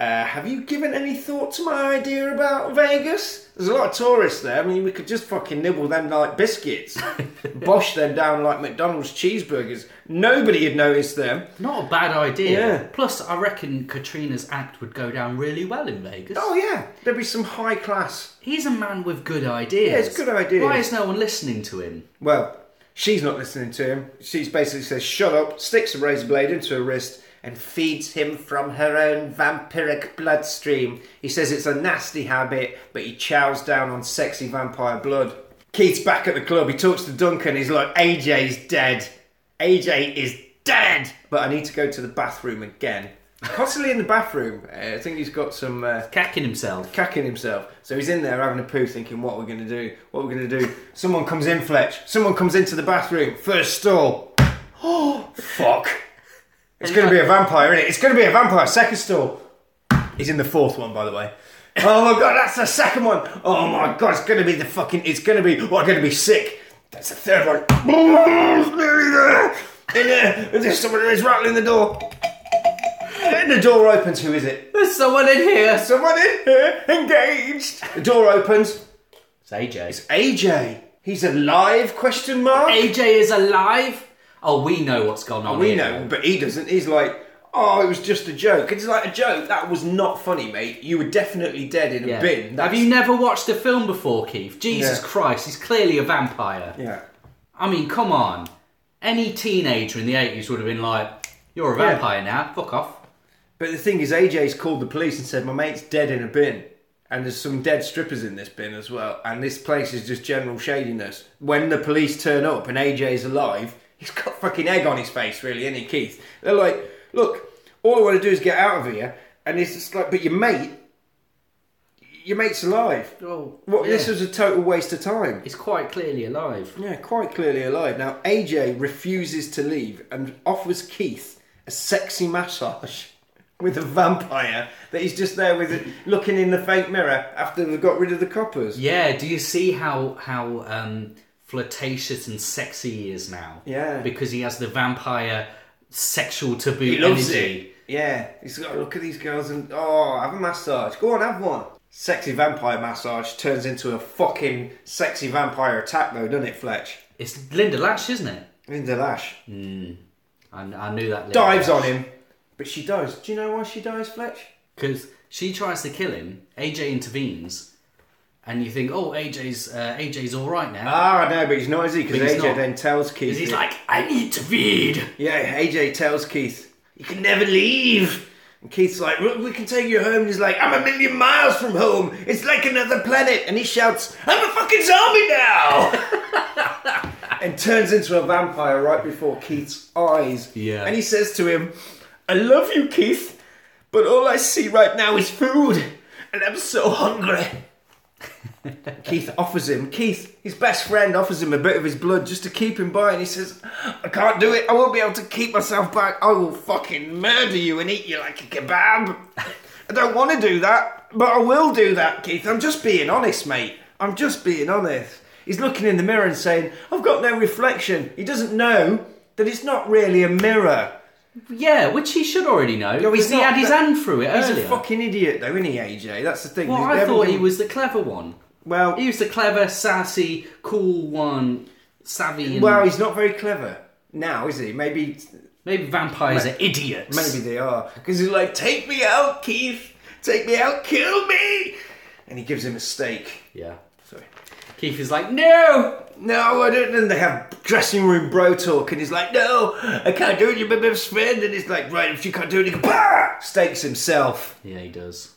Speaker 4: Uh, have you given any thought to my idea about Vegas? There's a lot of tourists there. I mean, we could just fucking nibble them like <laughs> biscuits, bosh them down like McDonald's cheeseburgers. Nobody had noticed them.
Speaker 5: Not a bad idea.
Speaker 4: Yeah.
Speaker 5: Plus, I reckon Katrina's act would go down really well in Vegas.
Speaker 4: Oh yeah, there'd be some high class.
Speaker 5: He's a man with good ideas.
Speaker 4: Yeah, it's good ideas.
Speaker 5: Why is no one listening to him?
Speaker 4: Well, she's not listening to him. She basically says, "Shut up!" Sticks a razor blade into her wrist and feeds him from her own vampiric bloodstream. He says it's a nasty habit, but he chows down on sexy vampire blood. Keith's back at the club. He talks to Duncan. He's like, "AJ's dead. AJ is dead." But I need to go to the bathroom again. Constantly in the bathroom. Uh, I think he's got some. Uh,
Speaker 5: Cacking himself.
Speaker 4: cacking himself. So he's in there having a poo, thinking, "What we're going to do? What we're going to do?" Someone comes in, Fletch. Someone comes into the bathroom. First stall. <gasps> Oh, fuck! It's going to be a vampire, isn't it? It's going to be a vampire. Second stall. He's in the fourth one, by the way. <laughs> Oh my god, that's the second one. Oh my god, it's going to be the fucking. It's going to be. Well, I'm going to be sick. That's the third one. <laughs> Nearly there. In there. There's someone who is rattling the door. And the door opens. Who is it?
Speaker 5: There's someone in here.
Speaker 4: Someone
Speaker 5: <laughs>
Speaker 4: in here engaged. The door opens.
Speaker 5: It's AJ.
Speaker 4: AJ. He's alive? Question mark.
Speaker 5: AJ is alive. Oh, we know what's gone on.
Speaker 4: we
Speaker 5: here.
Speaker 4: know, but he doesn't. He's like, oh, it was just a joke. It's like a joke. That was not funny, mate. You were definitely dead in a
Speaker 5: Yeah.
Speaker 4: bin.
Speaker 5: Have
Speaker 4: That's-
Speaker 5: you never watched a film before, Keith? Jesus
Speaker 4: Yeah.
Speaker 5: Christ, he's clearly a vampire.
Speaker 4: Yeah.
Speaker 5: I mean, come on. Any teenager in the 80s would have been like, you're a
Speaker 4: Yeah.
Speaker 5: vampire now. Fuck off.
Speaker 4: But the thing is, AJ's called the police and said my mate's dead in a bin, and there's some dead strippers in this bin as well. And this place is just general shadiness. When the police turn up and AJ's alive, he's got fucking egg on his face, really, isn't he, Keith? They're like, look, all I want to do is get out of here. And it's just like, but your mate, your mate's alive.
Speaker 5: Oh,
Speaker 4: What, This
Speaker 5: yeah.
Speaker 4: was a total waste of time.
Speaker 5: It's quite clearly alive.
Speaker 4: Yeah, quite clearly alive. Now, AJ refuses to leave and offers Keith a sexy massage <laughs> with a vampire that he's just there with, looking in the fake mirror after they've got rid of the coppers.
Speaker 5: Yeah, do you see how how um, flirtatious and sexy he is now?
Speaker 4: Yeah.
Speaker 5: because he has the vampire sexual taboo
Speaker 4: He loves it.
Speaker 5: energy.
Speaker 4: Yeah, he's got to look at these girls and, oh, have a massage. Go on, have one. Sexy vampire massage turns into a fucking sexy vampire attack, though, doesn't it, Fletch?
Speaker 5: It's Linda Lash, isn't it?
Speaker 4: Linda Lash
Speaker 5: I, I knew that. Linda
Speaker 4: dives on him, but she dies. Do you know why she dies, Fletch?
Speaker 5: because she tries to kill him. AJ intervenes, and you think, oh, AJ's uh, AJ's all right now.
Speaker 4: Ah, no, but he's not, is he? Because
Speaker 5: But he's
Speaker 4: AJ
Speaker 5: not.
Speaker 4: then tells Keith.
Speaker 5: 'Cause he's like, I need to feed.
Speaker 4: <laughs> yeah, AJ tells Keith, you can never leave. And Keith's like, "Well, we can take you home. And he's like, I'm a million miles from home. It's like another planet. And he shouts, I'm a fucking zombie now. and turns into a vampire right before Keith's eyes.
Speaker 5: Yeah.
Speaker 4: And he says to him, I love you, Keith, but all I see right now is food. And I'm so hungry. Keith offers him, Keith, his best friend, offers him a bit of his blood just to keep him by, and he says, I can't do it. I won't be able to keep myself back. I will fucking murder you and eat you like a kebab. I don't want to do that, but I will do that, Keith. I'm just being honest, mate. I'm just being honest. He's looking in the mirror and saying, I've got no reflection. He doesn't know that it's not really a mirror.
Speaker 5: Yeah, which he should already know.
Speaker 4: he's
Speaker 5: because he
Speaker 4: not,
Speaker 5: had his
Speaker 4: but-
Speaker 5: hand through it
Speaker 4: He's
Speaker 5: earlier.
Speaker 4: a fucking idiot, though, isn't he, AJ? That's the thing.
Speaker 5: well, I
Speaker 4: Everything-
Speaker 5: thought he was the clever one.
Speaker 4: Well,
Speaker 5: He was the clever, sassy, cool one, savvy. And
Speaker 4: well, he's not very clever now, is he? Maybe
Speaker 5: maybe vampires are idiots.
Speaker 4: Maybe they are. Because he's like, take me out, Keith. Take me out, kill me. And he gives him a steak.
Speaker 5: Yeah.
Speaker 4: Sorry.
Speaker 5: Keith is like, no.
Speaker 4: No, I don't. And they have dressing room bro talk. And he's like, no, I can't do it. You're my best friend. And he's like, right, if you can't do it, he <laughs> bah! stakes himself.
Speaker 5: Yeah, he does.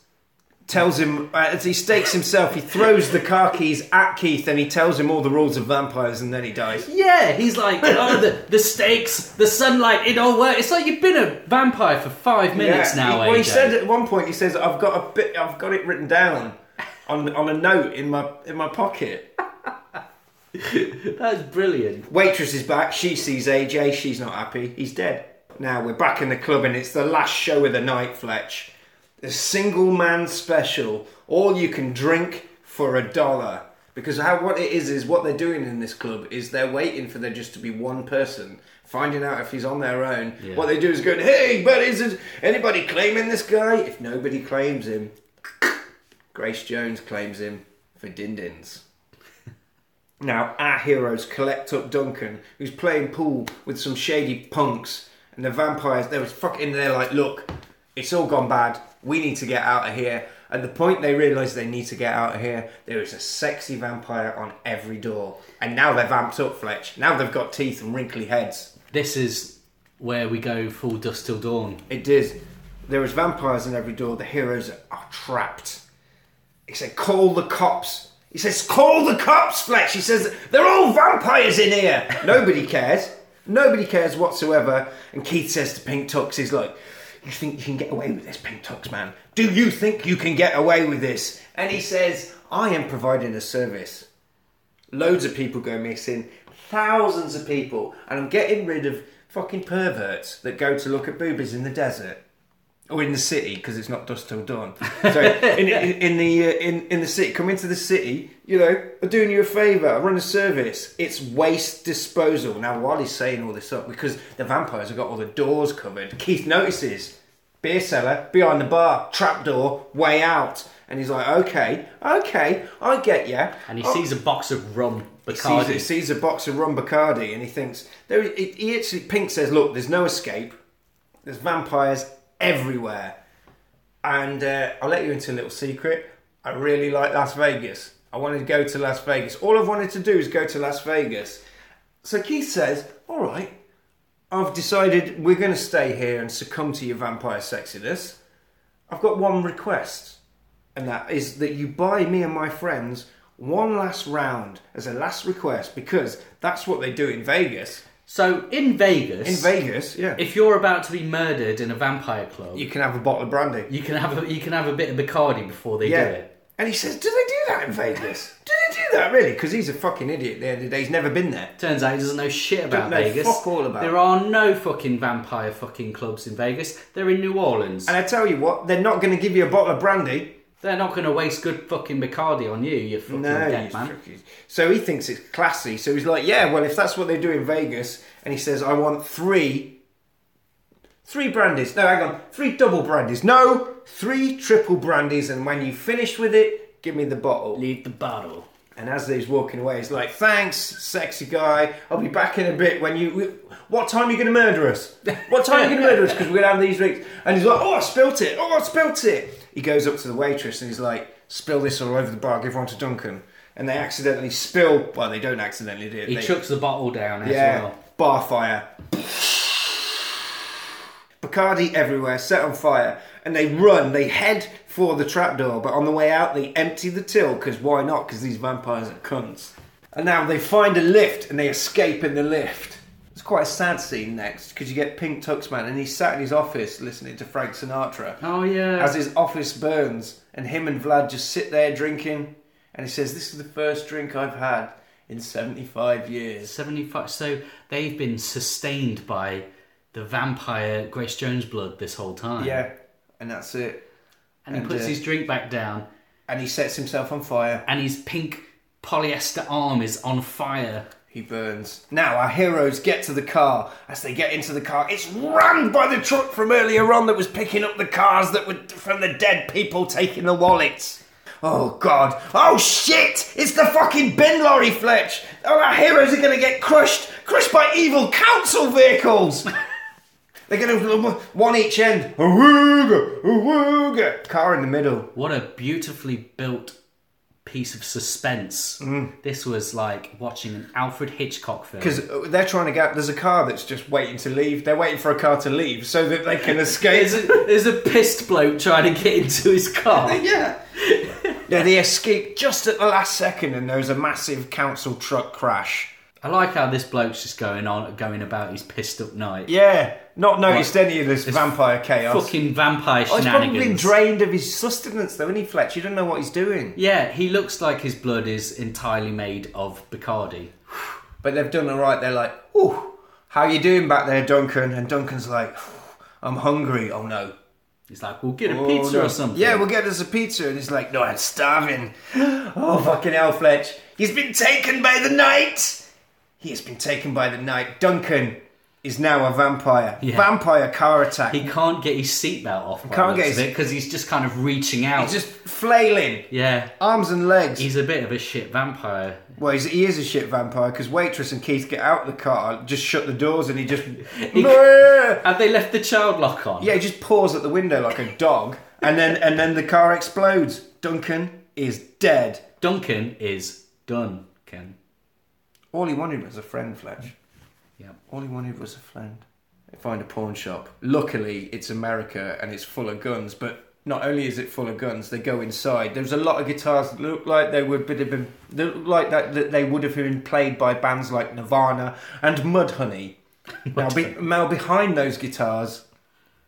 Speaker 4: Tells him, uh, as he stakes himself, he throws the car keys at Keith and he tells him all the rules of vampires and then he dies.
Speaker 5: Yeah,
Speaker 4: <laughs>
Speaker 5: he's like, oh, the, the stakes, the sunlight, it all works. It's like you've been a vampire for five minutes
Speaker 4: Yeah,
Speaker 5: now,
Speaker 4: he- Well, he
Speaker 5: AJ.
Speaker 4: said at one point, he says, "I've got a bit, I've got it written down on on a note in my in my pocket."
Speaker 5: That's brilliant.
Speaker 4: Waitress is back. She sees AJ. She's not happy. He's dead. Now we're back in the club, and it's the last show of the night, Fletch. The single man special. All you can drink for a dollar. Because how what it is is what they're doing in this club is they're waiting for there just to be one person finding out if he's on their own. What they do is going, hey, but is it anybody claiming this guy? If nobody claims him, Grace Jones claims him for dindins. Now, our heroes collect up Duncan, who's playing pool with some shady punks, and the vampires, they was fucking there like, look, it's all gone bad, we need to get out of here. At the point they realise they need to get out of here, there is a sexy vampire on every door. And now they're vamped up, Fletch. Now they've got teeth and wrinkly heads.
Speaker 5: This is where we go full dust till dawn.
Speaker 4: It did. There is vampires in every door, the heroes are trapped. He said, call the cops. He says, call the cops, Fletch. He says, they're all vampires in here. Nobody cares. Nobody cares whatsoever. And Keith says to Pink Tux, he's like, you think you can get away with this, Pink Tux, man? Do you think you can get away with this? And he says, I am providing a service. Loads of people go missing. Thousands of people. And I'm getting rid of fucking perverts that go to look at boobies in the desert or in the city because it's not dusk till dawn. So in, in, in the uh, in in the city, come into the city. You know, I'm doing you a favour. I run a service. It's waste disposal. Now, while he's saying all this up, because the vampires have got all the doors covered, Keith notices beer cellar behind the bar, trapdoor, way out, and he's like, "Okay, okay, I get you."
Speaker 5: And he sees a box of rum,
Speaker 4: sees, Oh.
Speaker 5: Bacardi.
Speaker 4: he sees a box of rum Bacardi and he thinks there. He, he actually Pink says, "Look, there's no escape. There's vampires everywhere." And uh, I'll let you into a little secret. I really like Las Vegas. I wanted to go to Las Vegas. All I've wanted to do is go to Las Vegas. So Keith says, "All right, I've decided we're going to stay here and succumb to your vampire sexiness. I've got one request. and that is that you buy me and my friends one last round as a last request because that's what they do in Vegas.
Speaker 5: So in Vegas,
Speaker 4: In Vegas, yeah.
Speaker 5: if you're about to be murdered in a vampire club,
Speaker 4: you
Speaker 5: you,
Speaker 4: can have a bottle of brandy.
Speaker 5: can have a, you can have a bit of Bacardi before they do
Speaker 4: yeah.
Speaker 5: it.
Speaker 4: And he says, Do they do that in Vegas? <laughs> do they do that really? Because he's a fucking idiot at the end of the day. He's never been there.
Speaker 5: Turns out he doesn't know shit about
Speaker 4: Don't know
Speaker 5: Vegas.
Speaker 4: fuck all about
Speaker 5: there
Speaker 4: it.
Speaker 5: are no fucking vampire fucking clubs in Vegas. They're in New Orleans.
Speaker 4: And I tell you what, they're not going to give you a bottle of brandy.
Speaker 5: They're not going to waste good fucking Bacardi on you. You fucking
Speaker 4: No,
Speaker 5: dead
Speaker 4: he's
Speaker 5: man.
Speaker 4: fucking- so he thinks it's classy. So he's like, yeah, well, if that's what they do in Vegas, and he says, I want three, three brandies. No, hang on, three double brandies. No, three triple brandies. And when you finish with it, give me the bottle.
Speaker 5: Leave the bottle.
Speaker 4: And as he's walking away, he's like, thanks, sexy guy. I'll be back in a bit when you. What time are you going to murder us? What time are you going to murder us? Because we're going to have these drinks. And he's like, oh, I spilt it. Oh, I spilt it. He goes up to the waitress and he's like, spill this all over the bar. Give one to Duncan. And they accidentally spill. Well, they don't accidentally do it.
Speaker 5: He
Speaker 4: they,
Speaker 5: chucks the bottle down as
Speaker 4: yeah,
Speaker 5: well.
Speaker 4: bar fire. Bacardi everywhere, set on fire, and they run. They head for the trapdoor, but on the way out, they empty the till because why not? Because these vampires are cunts. And now they find a lift and they escape in the lift. It's quite a sad scene next because you get Pink Tuxman and he's sat in his office listening to Frank Sinatra
Speaker 5: Oh yeah.
Speaker 4: as his office burns, and him and Vlad just sit there drinking. And he says, "This is the first drink I've had in 75 years."
Speaker 5: 75 so they've been sustained by the vampire grace jones blood this whole time
Speaker 4: Yeah, and that's it.
Speaker 5: and he
Speaker 4: and,
Speaker 5: puts
Speaker 4: uh,
Speaker 5: his drink back down
Speaker 4: And he sets himself on fire.
Speaker 5: and his pink polyester arm is on fire
Speaker 4: He burns. Now our heroes get to the car. As they get into the car, it's rammed by the truck from earlier on that was picking up the cars that were from the dead people taking the wallets. Oh god. Oh shit! It's the fucking bin lorry, Fletch! Oh, our heroes are gonna get crushed! Crushed by evil council vehicles! <laughs> They're gonna one each end. Awooga! Awooga! Car in the middle.
Speaker 5: what a beautifully built piece of suspense this was like watching an alfred hitchcock film
Speaker 4: because uh, they're trying to get. There's a car that's just waiting to leave. They're waiting for a car to leave so that they can escape. <laughs>
Speaker 5: there's a, there's a pissed bloke trying to get into his <laughs> car
Speaker 4: yeah. yeah, they escape just at the last second, and there's a massive council truck crash.
Speaker 5: i like how this bloke's just going on going about his pissed up night
Speaker 4: Yeah, not noticed any of this vampire chaos.
Speaker 5: fucking vampire
Speaker 4: Oh, he's
Speaker 5: shenanigans
Speaker 4: probably been drained of his sustenance, though, isn't he, Fletch? You don't know what he's doing.
Speaker 5: Yeah, he looks like his blood is entirely made of Bacardi.
Speaker 4: But they've done all right. They're like, "Ooh, how you doing back there, Duncan?" And Duncan's like, "I'm hungry." Oh no,
Speaker 5: He's like, we'll get a
Speaker 4: Oh,
Speaker 5: pizza
Speaker 4: no.
Speaker 5: or something.
Speaker 4: Yeah, we'll get us a pizza. And he's like, no, I'm starving. Oh, fucking hell, Fletch. He's been taken by the night. He has been taken by the night. Duncan is now a vampire.
Speaker 5: Yeah.
Speaker 4: Vampire car attack.
Speaker 5: He can't get his seatbelt off. He
Speaker 4: can't
Speaker 5: can't
Speaker 4: get
Speaker 5: get
Speaker 4: his-
Speaker 5: it because he's just kind of reaching out.
Speaker 4: He's just flailing.
Speaker 5: Yeah,
Speaker 4: Arms and legs.
Speaker 5: he's a bit of a shit vampire.
Speaker 4: well, he's, he is a shit vampire because waitress and Keith get out of the car, just shut the doors, and he
Speaker 5: <laughs>
Speaker 4: just
Speaker 5: Have they left the child lock on?
Speaker 4: yeah, he just paws at the window like a dog, and then and then the car explodes. Duncan is dead.
Speaker 5: Duncan is done. Ken.
Speaker 4: All he wanted was a friend, Fletch.
Speaker 5: Yeah.
Speaker 4: All he wanted was a friend. They find a pawn shop. Luckily, it's America and it's full of guns, but not only is it full of guns, they go inside. There's a lot of guitars that look like they would have been that look like that, that they would have been played by bands like Nirvana and Mudhoney. now, be, now behind those guitars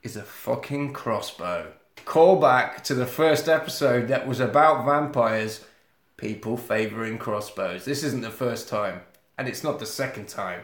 Speaker 4: is a fucking crossbow. Call back to the first episode that was about vampires, people favouring crossbows. This isn't the first time, and it's not the second time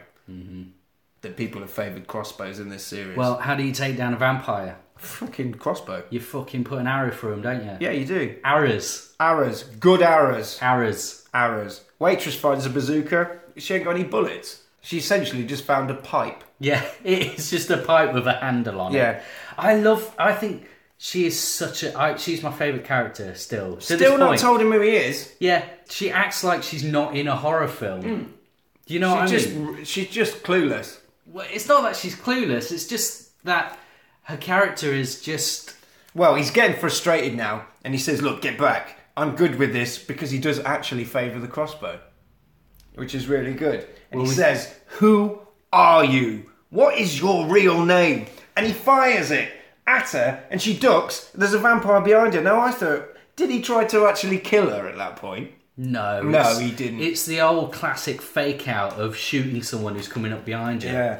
Speaker 4: that people have favoured crossbows in this series.
Speaker 5: Mm-hmm. Well, how do you take down a vampire?
Speaker 4: fucking crossbow.
Speaker 5: You fucking put an arrow through him, don't you?
Speaker 4: Yeah, you do.
Speaker 5: Arrows.
Speaker 4: Arrows, good arrows,
Speaker 5: Arrows.
Speaker 4: arrows. Waitress finds a bazooka. She ain't got any bullets. She essentially just found a pipe.
Speaker 5: Yeah, <laughs> it's just a pipe with a handle on it.
Speaker 4: Yeah.
Speaker 5: I love. I think she is such a. I, she's my favorite character still. to this
Speaker 4: Still not
Speaker 5: point.
Speaker 4: told him who he is.
Speaker 5: Yeah, she acts like she's not in a horror film. Do you know what I
Speaker 4: She just,
Speaker 5: mean?
Speaker 4: she's just clueless.
Speaker 5: Well, it's not that she's clueless. It's just that her character is just.
Speaker 4: Well, he's getting frustrated now, and he says, "Look, get back. I'm good with this because he does actually favour the crossbow, which is really good." And he says, "Who are you? What is your real name?" And he fires it at her, and she ducks. There's a vampire behind her. Now I thought Did he try to actually kill her at that point?
Speaker 5: No,
Speaker 4: No,
Speaker 5: it's-
Speaker 4: he didn't.
Speaker 5: It's the old classic fake out of shooting someone who's coming up behind you.
Speaker 4: Yeah.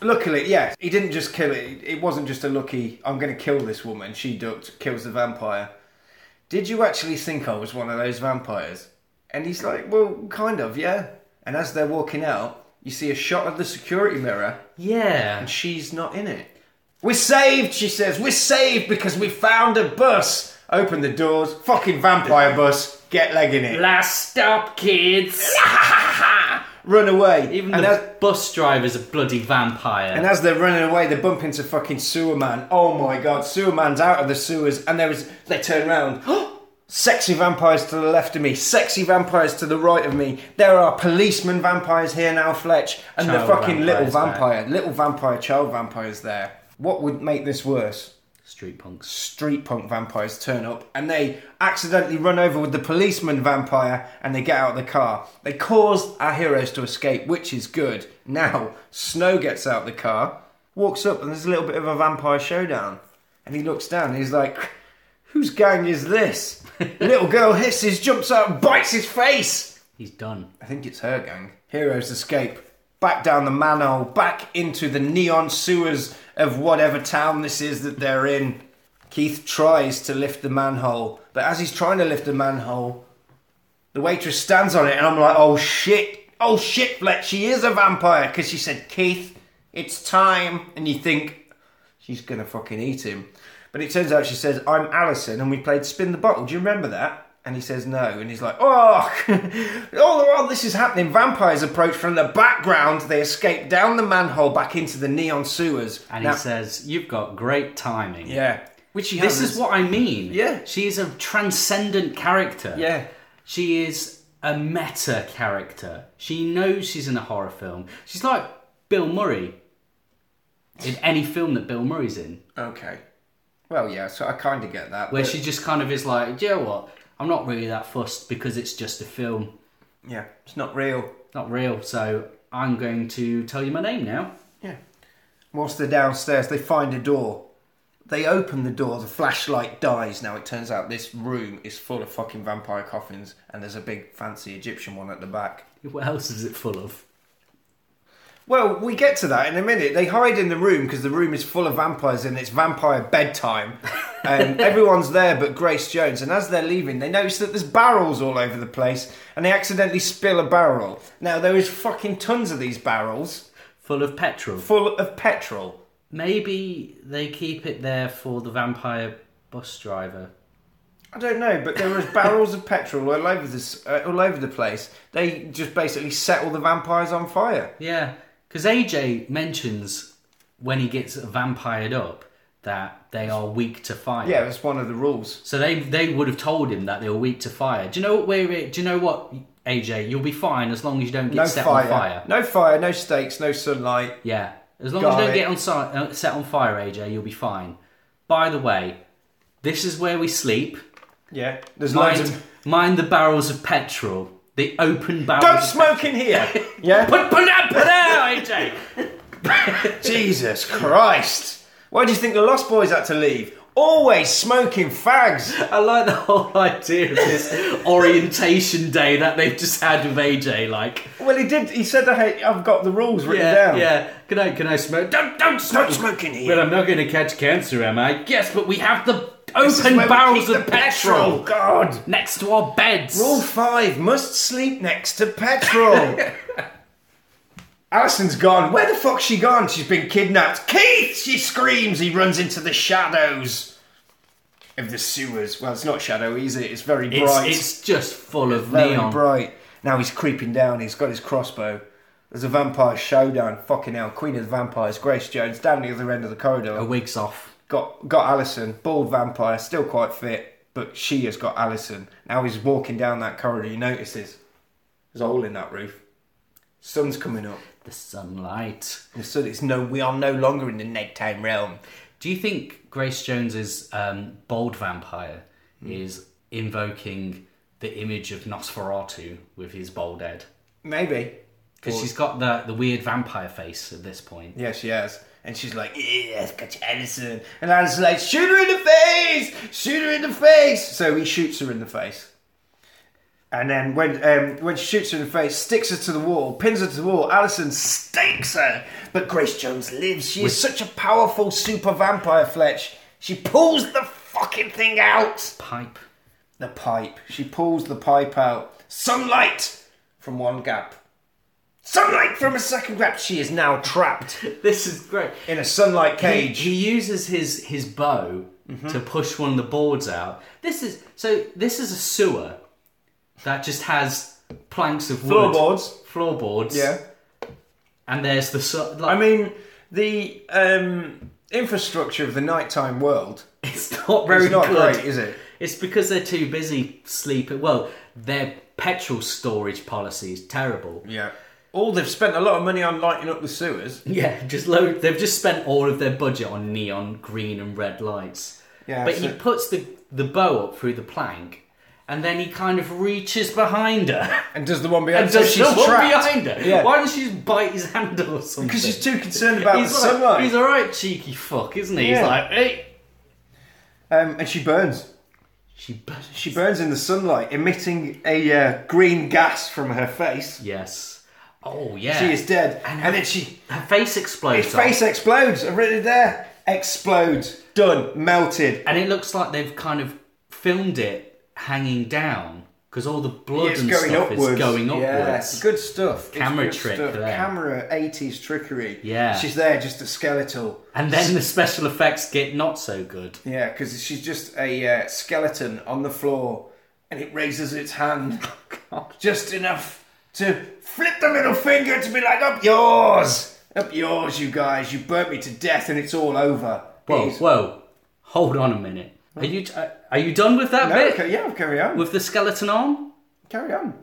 Speaker 4: Luckily, yeah, he didn't just kill it. It wasn't just a lucky, I'm going to kill this woman. She ducked, kills the vampire. Did you actually think I was one of those vampires? And he's like, well, kind of, yeah. And as they're walking out, you see a shot of the security mirror,
Speaker 5: Yeah.
Speaker 4: and she's not in it. We're saved, she says. We're saved because we found a bus. Open the doors, fucking vampire bus. Get leg in it.
Speaker 5: Last stop, kids.
Speaker 4: Run away.
Speaker 5: Even
Speaker 4: and
Speaker 5: the
Speaker 4: as-
Speaker 5: bus driver's a bloody vampire.
Speaker 4: And as they're running away, they bump into fucking Sewer Man. Oh my god, Sewer Man's out of the sewers, and there is. They turn round. <gasps> sexy vampires to the left of me, sexy vampires to the right of me. There are policeman vampires here now, Fletch, and
Speaker 5: Child
Speaker 4: the fucking little
Speaker 5: vampires there.
Speaker 4: vampire, little vampire, child vampires there. What would make this worse?
Speaker 5: Street punks.
Speaker 4: Street punk vampires turn up and they accidentally run over with the policeman vampire and they get out of the car. They cause our heroes to escape, which is good. Now, Snow gets out the car, walks up, and there's a little bit of a vampire showdown. And he looks down and he's like, Whose gang is this? little girl hisses, jumps out, and bites his face.
Speaker 5: He's done.
Speaker 4: I think it's her gang. Heroes escape. Back down the manhole, back into the neon sewers of whatever town this is that they're in. Keith tries to lift the manhole, but as he's trying to lift the manhole, the waitress stands on it, and I'm like, oh shit, oh shit, Fletch, she is a vampire, because she said, Keith, it's time. And you think, she's gonna fucking eat him. But it turns out she says, I'm Alison, and we played Spin the Bottle. Do you remember that? And he says no, and he's like, oh, <laughs> all the while this is happening, vampires approach from the background. They escape down the manhole back into the neon sewers.
Speaker 5: And
Speaker 4: Now-
Speaker 5: he says, "You've got great timing."
Speaker 4: yeah, which he
Speaker 5: This
Speaker 4: has.
Speaker 5: is what I mean.
Speaker 4: Yeah.
Speaker 5: She is a transcendent character.
Speaker 4: Yeah.
Speaker 5: She is a meta character. She knows she's in a horror film. She's like Bill Murray in any film that Bill Murray's in,
Speaker 4: Okay. Well, yeah, so I kind of get that.
Speaker 5: where
Speaker 4: but-
Speaker 5: she just kind of is like, "Do you know what? I'm not really that fussed because it's just a film,
Speaker 4: yeah, it's not real.
Speaker 5: not real. So I'm going to tell you my name now." <laughs>
Speaker 4: Yeah. Whilst they're downstairs, they find a door. They open the door, the flashlight dies. Now it turns out this room is full of fucking vampire coffins, and there's a big fancy Egyptian one at the back.
Speaker 5: What else is it full of?
Speaker 4: Well, we get to that in a minute. They hide in the room because the room is full of vampires and it's vampire bedtime. And everyone's there but Grace Jones. And as they're leaving, they notice that there's barrels all over the place and they accidentally spill a barrel. Now, there is fucking tons of these barrels
Speaker 5: Full of petrol.
Speaker 4: full of petrol.
Speaker 5: Maybe they keep it there for the vampire bus driver.
Speaker 4: I don't know, but there was barrels of petrol all over this, uh, all over the place. They just basically set all the vampires on fire.
Speaker 5: Yeah, because AJ mentions when he gets vampired up that they are weak to fire.
Speaker 4: Yeah, that's one of the rules.
Speaker 5: So they they would have told him that they were weak to fire. Do you know what? We're, do you know what, AJ? You'll be fine as long as you don't get
Speaker 4: No
Speaker 5: set
Speaker 4: fire.
Speaker 5: on fire.
Speaker 4: no fire, no stakes, no sunlight.
Speaker 5: Yeah, as long
Speaker 4: Got
Speaker 5: as you don't
Speaker 4: it.
Speaker 5: get on si- uh, set on fire, AJ, you'll be fine. By the way, this is where we sleep.
Speaker 4: Yeah, there's loads
Speaker 5: Mind,
Speaker 4: of
Speaker 5: mind the barrels of petrol. The open barrels.
Speaker 4: don't
Speaker 5: of-
Speaker 4: smoke in
Speaker 5: <laughs>
Speaker 4: here. Yeah,
Speaker 5: Put, put it out, put it out, AJ.
Speaker 4: Jesus Christ! Why do you think the Lost Boys had to leave? Always smoking fags.
Speaker 5: I like the whole <laughs> idea of this orientation day that they've just had with AJ. Like,
Speaker 4: Well, he did. He said, "Hey, I've got the rules written
Speaker 5: yeah,
Speaker 4: down."
Speaker 5: yeah. Can I, can I smoke? Don't, don't smoke.
Speaker 4: Don't smoke in here.
Speaker 5: But I'm not going to catch cancer, am I? Yes, but we have the
Speaker 4: This is
Speaker 5: open
Speaker 4: where we
Speaker 5: barrels
Speaker 4: keep
Speaker 5: of
Speaker 4: the
Speaker 5: petrol,
Speaker 4: God.
Speaker 5: next to our beds.
Speaker 4: Rule five must sleep next to petrol. <laughs> Alison's gone. Where the fuck's she gone? She's been kidnapped. Keith! She screams. He runs into the shadows of the sewers. Well, it's not shadowy, is it? It's very
Speaker 5: It's,
Speaker 4: bright.
Speaker 5: it's just full of
Speaker 4: very
Speaker 5: neon.
Speaker 4: bright. Now he's creeping down. He's got his crossbow. There's a vampire showdown. Fucking hell. Queen of the vampires, Grace Jones, down the other end of the corridor
Speaker 5: The wigs off.
Speaker 4: got got Alison, bald vampire, still quite fit, but she has got Alison. Now he's walking down that corridor. He notices there's a hole in that roof. Sun's coming up.
Speaker 5: The sunlight.
Speaker 4: The sun is no. We are no longer in the nighttime realm.
Speaker 5: Do you think Grace Jones's um, bold vampire
Speaker 4: Hmm.
Speaker 5: is invoking the image of Nosferatu with his bald head?
Speaker 4: Maybe.
Speaker 5: because she's got the the weird vampire face at this point.
Speaker 4: Yeah, she has. And she's like, yes, catch Alison. And Alison's like, shoot her in the face! Shoot her in the face! So he shoots her in the face. And then when um, when she shoots her in the face, sticks her to the wall, pins her to the wall, Alison stakes her. But Grace Jones lives. She is such a powerful super vampire, Fletch. She pulls the fucking thing out!
Speaker 5: Pipe.
Speaker 4: The pipe. She pulls the pipe out. Sunlight from one gap. Sunlight from a second gap. She is now trapped
Speaker 5: This is great.
Speaker 4: in a sunlight cage. Mm-hmm.
Speaker 5: He, he uses his his bow to push one of the boards out. This is so. This is a sewer that just has planks of wood,
Speaker 4: Floorboards.
Speaker 5: floorboards.
Speaker 4: Yeah.
Speaker 5: and there's the su- like,
Speaker 4: I mean, the um, infrastructure of the nighttime world
Speaker 5: it's not very
Speaker 4: is not
Speaker 5: good.
Speaker 4: great, is it?
Speaker 5: It's because they're too busy sleeping. Well, their petrol storage policy is terrible.
Speaker 4: Yeah. All they've spent a lot of money on lighting up the sewers.
Speaker 5: Yeah, <laughs> just load. They've just spent all of their budget on neon green and red lights.
Speaker 4: Yeah,
Speaker 5: but
Speaker 4: so-
Speaker 5: he puts the the bow up through the plank, and then he kind of reaches behind her.
Speaker 4: <laughs> And does the one behind
Speaker 5: and <laughs> does
Speaker 4: so
Speaker 5: the
Speaker 4: she's
Speaker 5: one
Speaker 4: trapped.
Speaker 5: behind her?
Speaker 4: Yeah.
Speaker 5: Why doesn't she just bite his hand or something?
Speaker 4: Because she's too concerned about
Speaker 5: he's
Speaker 4: the
Speaker 5: like,
Speaker 4: sunlight.
Speaker 5: He's a right cheeky fuck, isn't he?
Speaker 4: Yeah.
Speaker 5: He's like, hey.
Speaker 4: um, and she burns.
Speaker 5: She,
Speaker 4: She burns in the sunlight, emitting a uh, green gas from her face.
Speaker 5: Yes. Oh yeah.
Speaker 4: She is dead.
Speaker 5: And
Speaker 4: And,
Speaker 5: her-
Speaker 4: then she.
Speaker 5: Her face explodes.
Speaker 4: His
Speaker 5: off.
Speaker 4: face explodes. I've written it there. Explodes. Done. Melted.
Speaker 5: and it looks like they've kind of filmed it hanging down because all the blood
Speaker 4: It's
Speaker 5: and
Speaker 4: going
Speaker 5: stuff
Speaker 4: upwards.
Speaker 5: is going upwards.
Speaker 4: Yes, good stuff. It's
Speaker 5: Camera
Speaker 4: good
Speaker 5: trick
Speaker 4: stuff.
Speaker 5: there.
Speaker 4: Camera 80s trickery.
Speaker 5: Yeah.
Speaker 4: She's there, just a skeletal.
Speaker 5: And then the special effects get not so good.
Speaker 4: Yeah, because she's just a uh, skeleton on the floor and it raises its
Speaker 5: <laughs>
Speaker 4: hand
Speaker 5: Oh,
Speaker 4: just enough to flip the middle finger to be like, up yours! Up yours, you guys. You burnt me to death and it's all over.
Speaker 5: Whoa,
Speaker 4: It is-
Speaker 5: whoa, hold on a minute. Are you uh, are you done with that
Speaker 4: No,
Speaker 5: bit
Speaker 4: ca- yeah, carry on.
Speaker 5: with the skeleton arm?
Speaker 4: Carry on.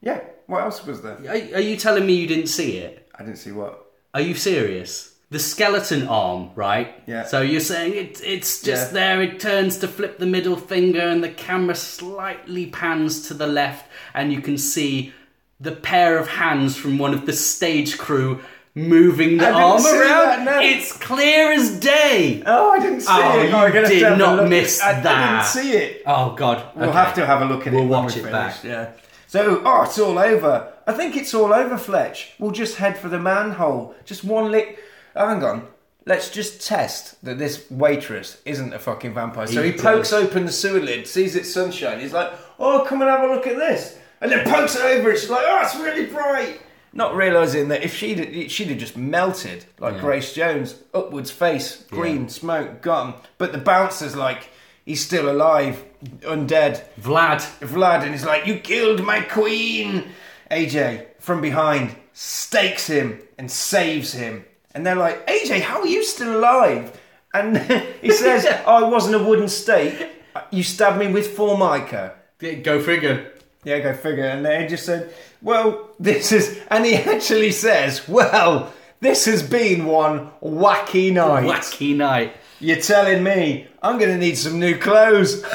Speaker 4: Yeah, what else was there?
Speaker 5: Are, are you telling me you didn't see it?
Speaker 4: I didn't see what.
Speaker 5: Are you serious? The skeleton arm, right?
Speaker 4: Yeah.
Speaker 5: So you're saying it, it's just
Speaker 4: Yeah.
Speaker 5: there, it turns to flip the middle finger, and the camera slightly pans to the left, and you can see the pair of hands from one of the stage crew moving the
Speaker 4: I didn't
Speaker 5: arm
Speaker 4: see
Speaker 5: around.
Speaker 4: that, no.
Speaker 5: It's clear as day.
Speaker 4: Oh, I didn't see
Speaker 5: Oh,
Speaker 4: it.
Speaker 5: you
Speaker 4: I'm gonna have
Speaker 5: did
Speaker 4: to have a
Speaker 5: not
Speaker 4: look.
Speaker 5: miss
Speaker 4: I
Speaker 5: that.
Speaker 4: didn't see it.
Speaker 5: Oh, God.
Speaker 4: We'll have to have a look at
Speaker 5: We'll
Speaker 4: it. when
Speaker 5: watch
Speaker 4: we're
Speaker 5: it back.
Speaker 4: finished, Yeah. So, oh, it's all over. I think it's all over, Fletch. We'll just head for the manhole. Just one lick. Oh, hang on. Let's just test that this waitress isn't a fucking vampire. So he
Speaker 5: does.
Speaker 4: pokes open the sewer lid, sees it's sunshine. He's like, oh, come and have a look at this. And then pokes it over. and She's like, oh, it's really bright. Not realizing that if she'd she'd have just melted like Grace Jones, upwards face, green smoke, gone. But the bouncer's like, he's still alive, undead.
Speaker 5: Vlad
Speaker 4: Vlad and he's like, You killed my queen! AJ, from behind, stakes him and saves him. And they're like, AJ, how are you still alive? And <laughs> he says, oh, I wasn't a wooden stake. You stabbed me with formica.
Speaker 5: Yeah, go figure.
Speaker 4: Yeah, go figure. And they just said, Well, <laughs> this is. And he actually says, Well, this has been one wacky night.
Speaker 5: Wacky night.
Speaker 4: You're telling me I'm going to need some new clothes. <laughs>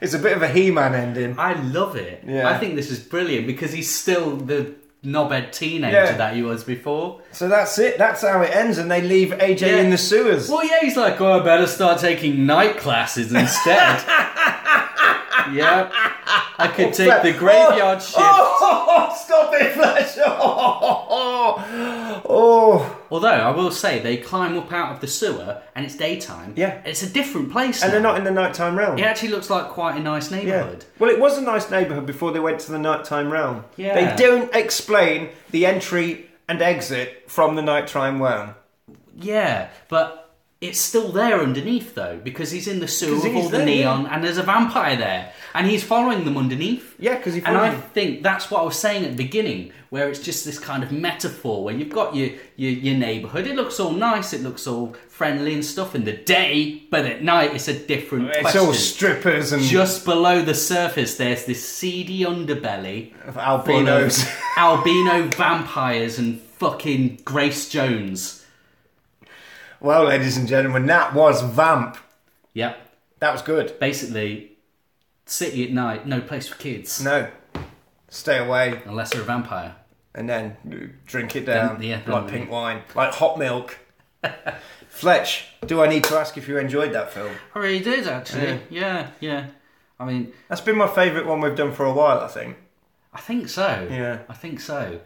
Speaker 4: it's a bit of a He-Man ending.
Speaker 5: I love it.
Speaker 4: Yeah.
Speaker 5: I think this is brilliant because he's still the knobhead teenager
Speaker 4: Yeah.
Speaker 5: that he was before.
Speaker 4: So that's it. That's how it ends, and they leave AJ
Speaker 5: Yeah.
Speaker 4: in the sewers.
Speaker 5: Well, yeah, he's like, oh, I better start taking night classes instead.
Speaker 4: <laughs>
Speaker 5: yeah. I could take the
Speaker 4: <laughs>
Speaker 5: graveyard shift.
Speaker 4: Oh, stop it, Flash! <laughs> Oh,
Speaker 5: Although, I will say, they climb up out of the sewer and it's daytime.
Speaker 4: Yeah.
Speaker 5: It's a different place.
Speaker 4: and they're
Speaker 5: now.
Speaker 4: not in the nighttime realm.
Speaker 5: It actually looks like quite a nice
Speaker 4: Yeah.
Speaker 5: neighbourhood.
Speaker 4: Well, it was a nice neighbourhood before they went to the nighttime realm.
Speaker 5: Yeah.
Speaker 4: They don't explain the entry and exit from the nighttime realm.
Speaker 5: Yeah, but it's still there underneath though, because he's in the sewer
Speaker 4: 'Cause
Speaker 5: with
Speaker 4: he's
Speaker 5: all the
Speaker 4: there,
Speaker 5: neon, and there's a vampire there, and he's following them underneath.
Speaker 4: Yeah, 'cause he
Speaker 5: and
Speaker 4: followed
Speaker 5: I
Speaker 4: them.
Speaker 5: think that's what I was saying at the beginning, where it's just this kind of metaphor where you've got your your, your neighbourhood. It looks all nice, it looks all friendly and stuff in the day, but at night it's a different.
Speaker 4: It's
Speaker 5: question.
Speaker 4: all strippers and
Speaker 5: Just below the surface, there's this seedy underbelly full of
Speaker 4: <laughs> albinos.
Speaker 5: <laughs> albino vampires and fucking Grace Jones.
Speaker 4: well, ladies and gentlemen, that was Vamp.
Speaker 5: Yep.
Speaker 4: That was good.
Speaker 5: basically city at night no place for kids
Speaker 4: No. stay away,
Speaker 5: unless they're a vampire.
Speaker 4: and then drink it down
Speaker 5: Then- yeah, then
Speaker 4: like
Speaker 5: we-
Speaker 4: pink wine, like hot
Speaker 5: <laughs>
Speaker 4: milk. Fletch, do I need to ask if you enjoyed that film?
Speaker 5: I really did actually. Yeah, yeah. I mean,
Speaker 4: That's been my favourite one we've done for a while, I think.
Speaker 5: I think so.
Speaker 4: Yeah.
Speaker 5: I think so.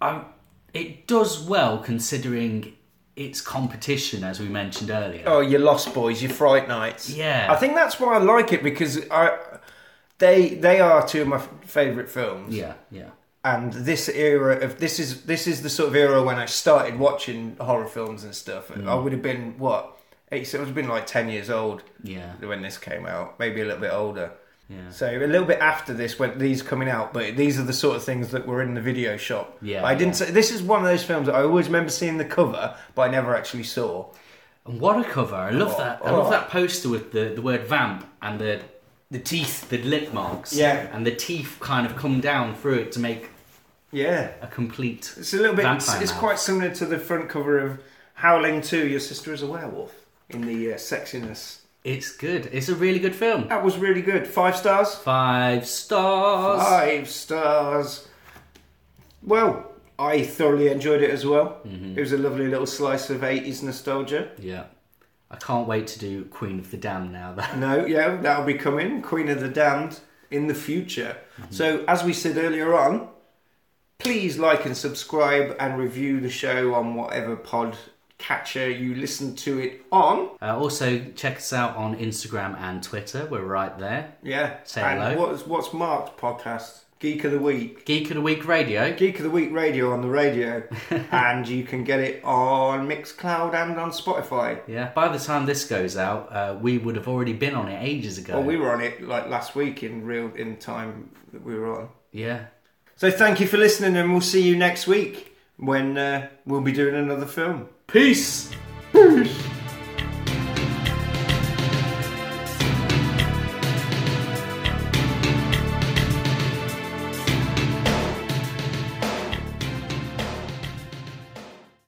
Speaker 5: I it does well considering its competition, as we mentioned earlier.
Speaker 4: Oh, your Lost Boys, your Fright Nights.
Speaker 5: Yeah.
Speaker 4: I think that's why I like it because I, they they are two of my f- favourite films.
Speaker 5: Yeah, yeah,
Speaker 4: and this era of this is this is the sort of era when I started watching horror films and stuff.
Speaker 5: Mm.
Speaker 4: I would have been what eight, so I would have been like ten years old
Speaker 5: yeah,
Speaker 4: when this came out, maybe a little bit older.
Speaker 5: yeah.
Speaker 4: So a little bit after this, when these coming out, but these are the sort of things that were in the video shop.
Speaker 5: Yeah,
Speaker 4: I didn't. say This is one of those films that I always remember seeing the cover, but I never actually saw.
Speaker 5: And what a cover! I
Speaker 4: Oh,
Speaker 5: love that. I love that poster with the, the word vamp and the the teeth, the lip marks.
Speaker 4: Yeah.
Speaker 5: And the teeth kind of come down through it to make
Speaker 4: Yeah,
Speaker 5: a complete.
Speaker 4: it's a little bit. It's,
Speaker 5: Vampire
Speaker 4: it's
Speaker 5: mouth.
Speaker 4: quite similar to the front cover of Howling Two. Your sister is a werewolf in the uh, sexiness.
Speaker 5: It's good. It's a really good film.
Speaker 4: That was really good. Five stars.
Speaker 5: Five stars.
Speaker 4: Five stars. Well, I thoroughly enjoyed it as well.
Speaker 5: Mm-hmm.
Speaker 4: It was a lovely little slice of 80s nostalgia.
Speaker 5: Yeah. I can't wait to do Queen of the Dam now. That
Speaker 4: No, yeah, that'll be coming. Queen of the Damned in the future.
Speaker 5: Mm-hmm.
Speaker 4: So, as we said earlier on, please like and subscribe and review the show on whatever pod catcher you listen to it on.
Speaker 5: uh, also check us out on Instagram and Twitter. We're right there.
Speaker 4: Yeah.
Speaker 5: Say
Speaker 4: and
Speaker 5: hello.
Speaker 4: What's, what's Mark's podcast? Geek of the Week.
Speaker 5: Geek of the Week Radio.
Speaker 4: Geek of the Week Radio on the
Speaker 5: <laughs>
Speaker 4: radio, and you can get it on Mixcloud and on Spotify.
Speaker 5: Yeah. By the time this goes out, uh, we would have already been on it ages ago.
Speaker 4: Well, we were on it like last week in real in time that we were on.
Speaker 5: Yeah.
Speaker 4: So thank you for listening, and we'll see you next week when uh, we'll be doing another film.
Speaker 5: Peace.
Speaker 4: Peace.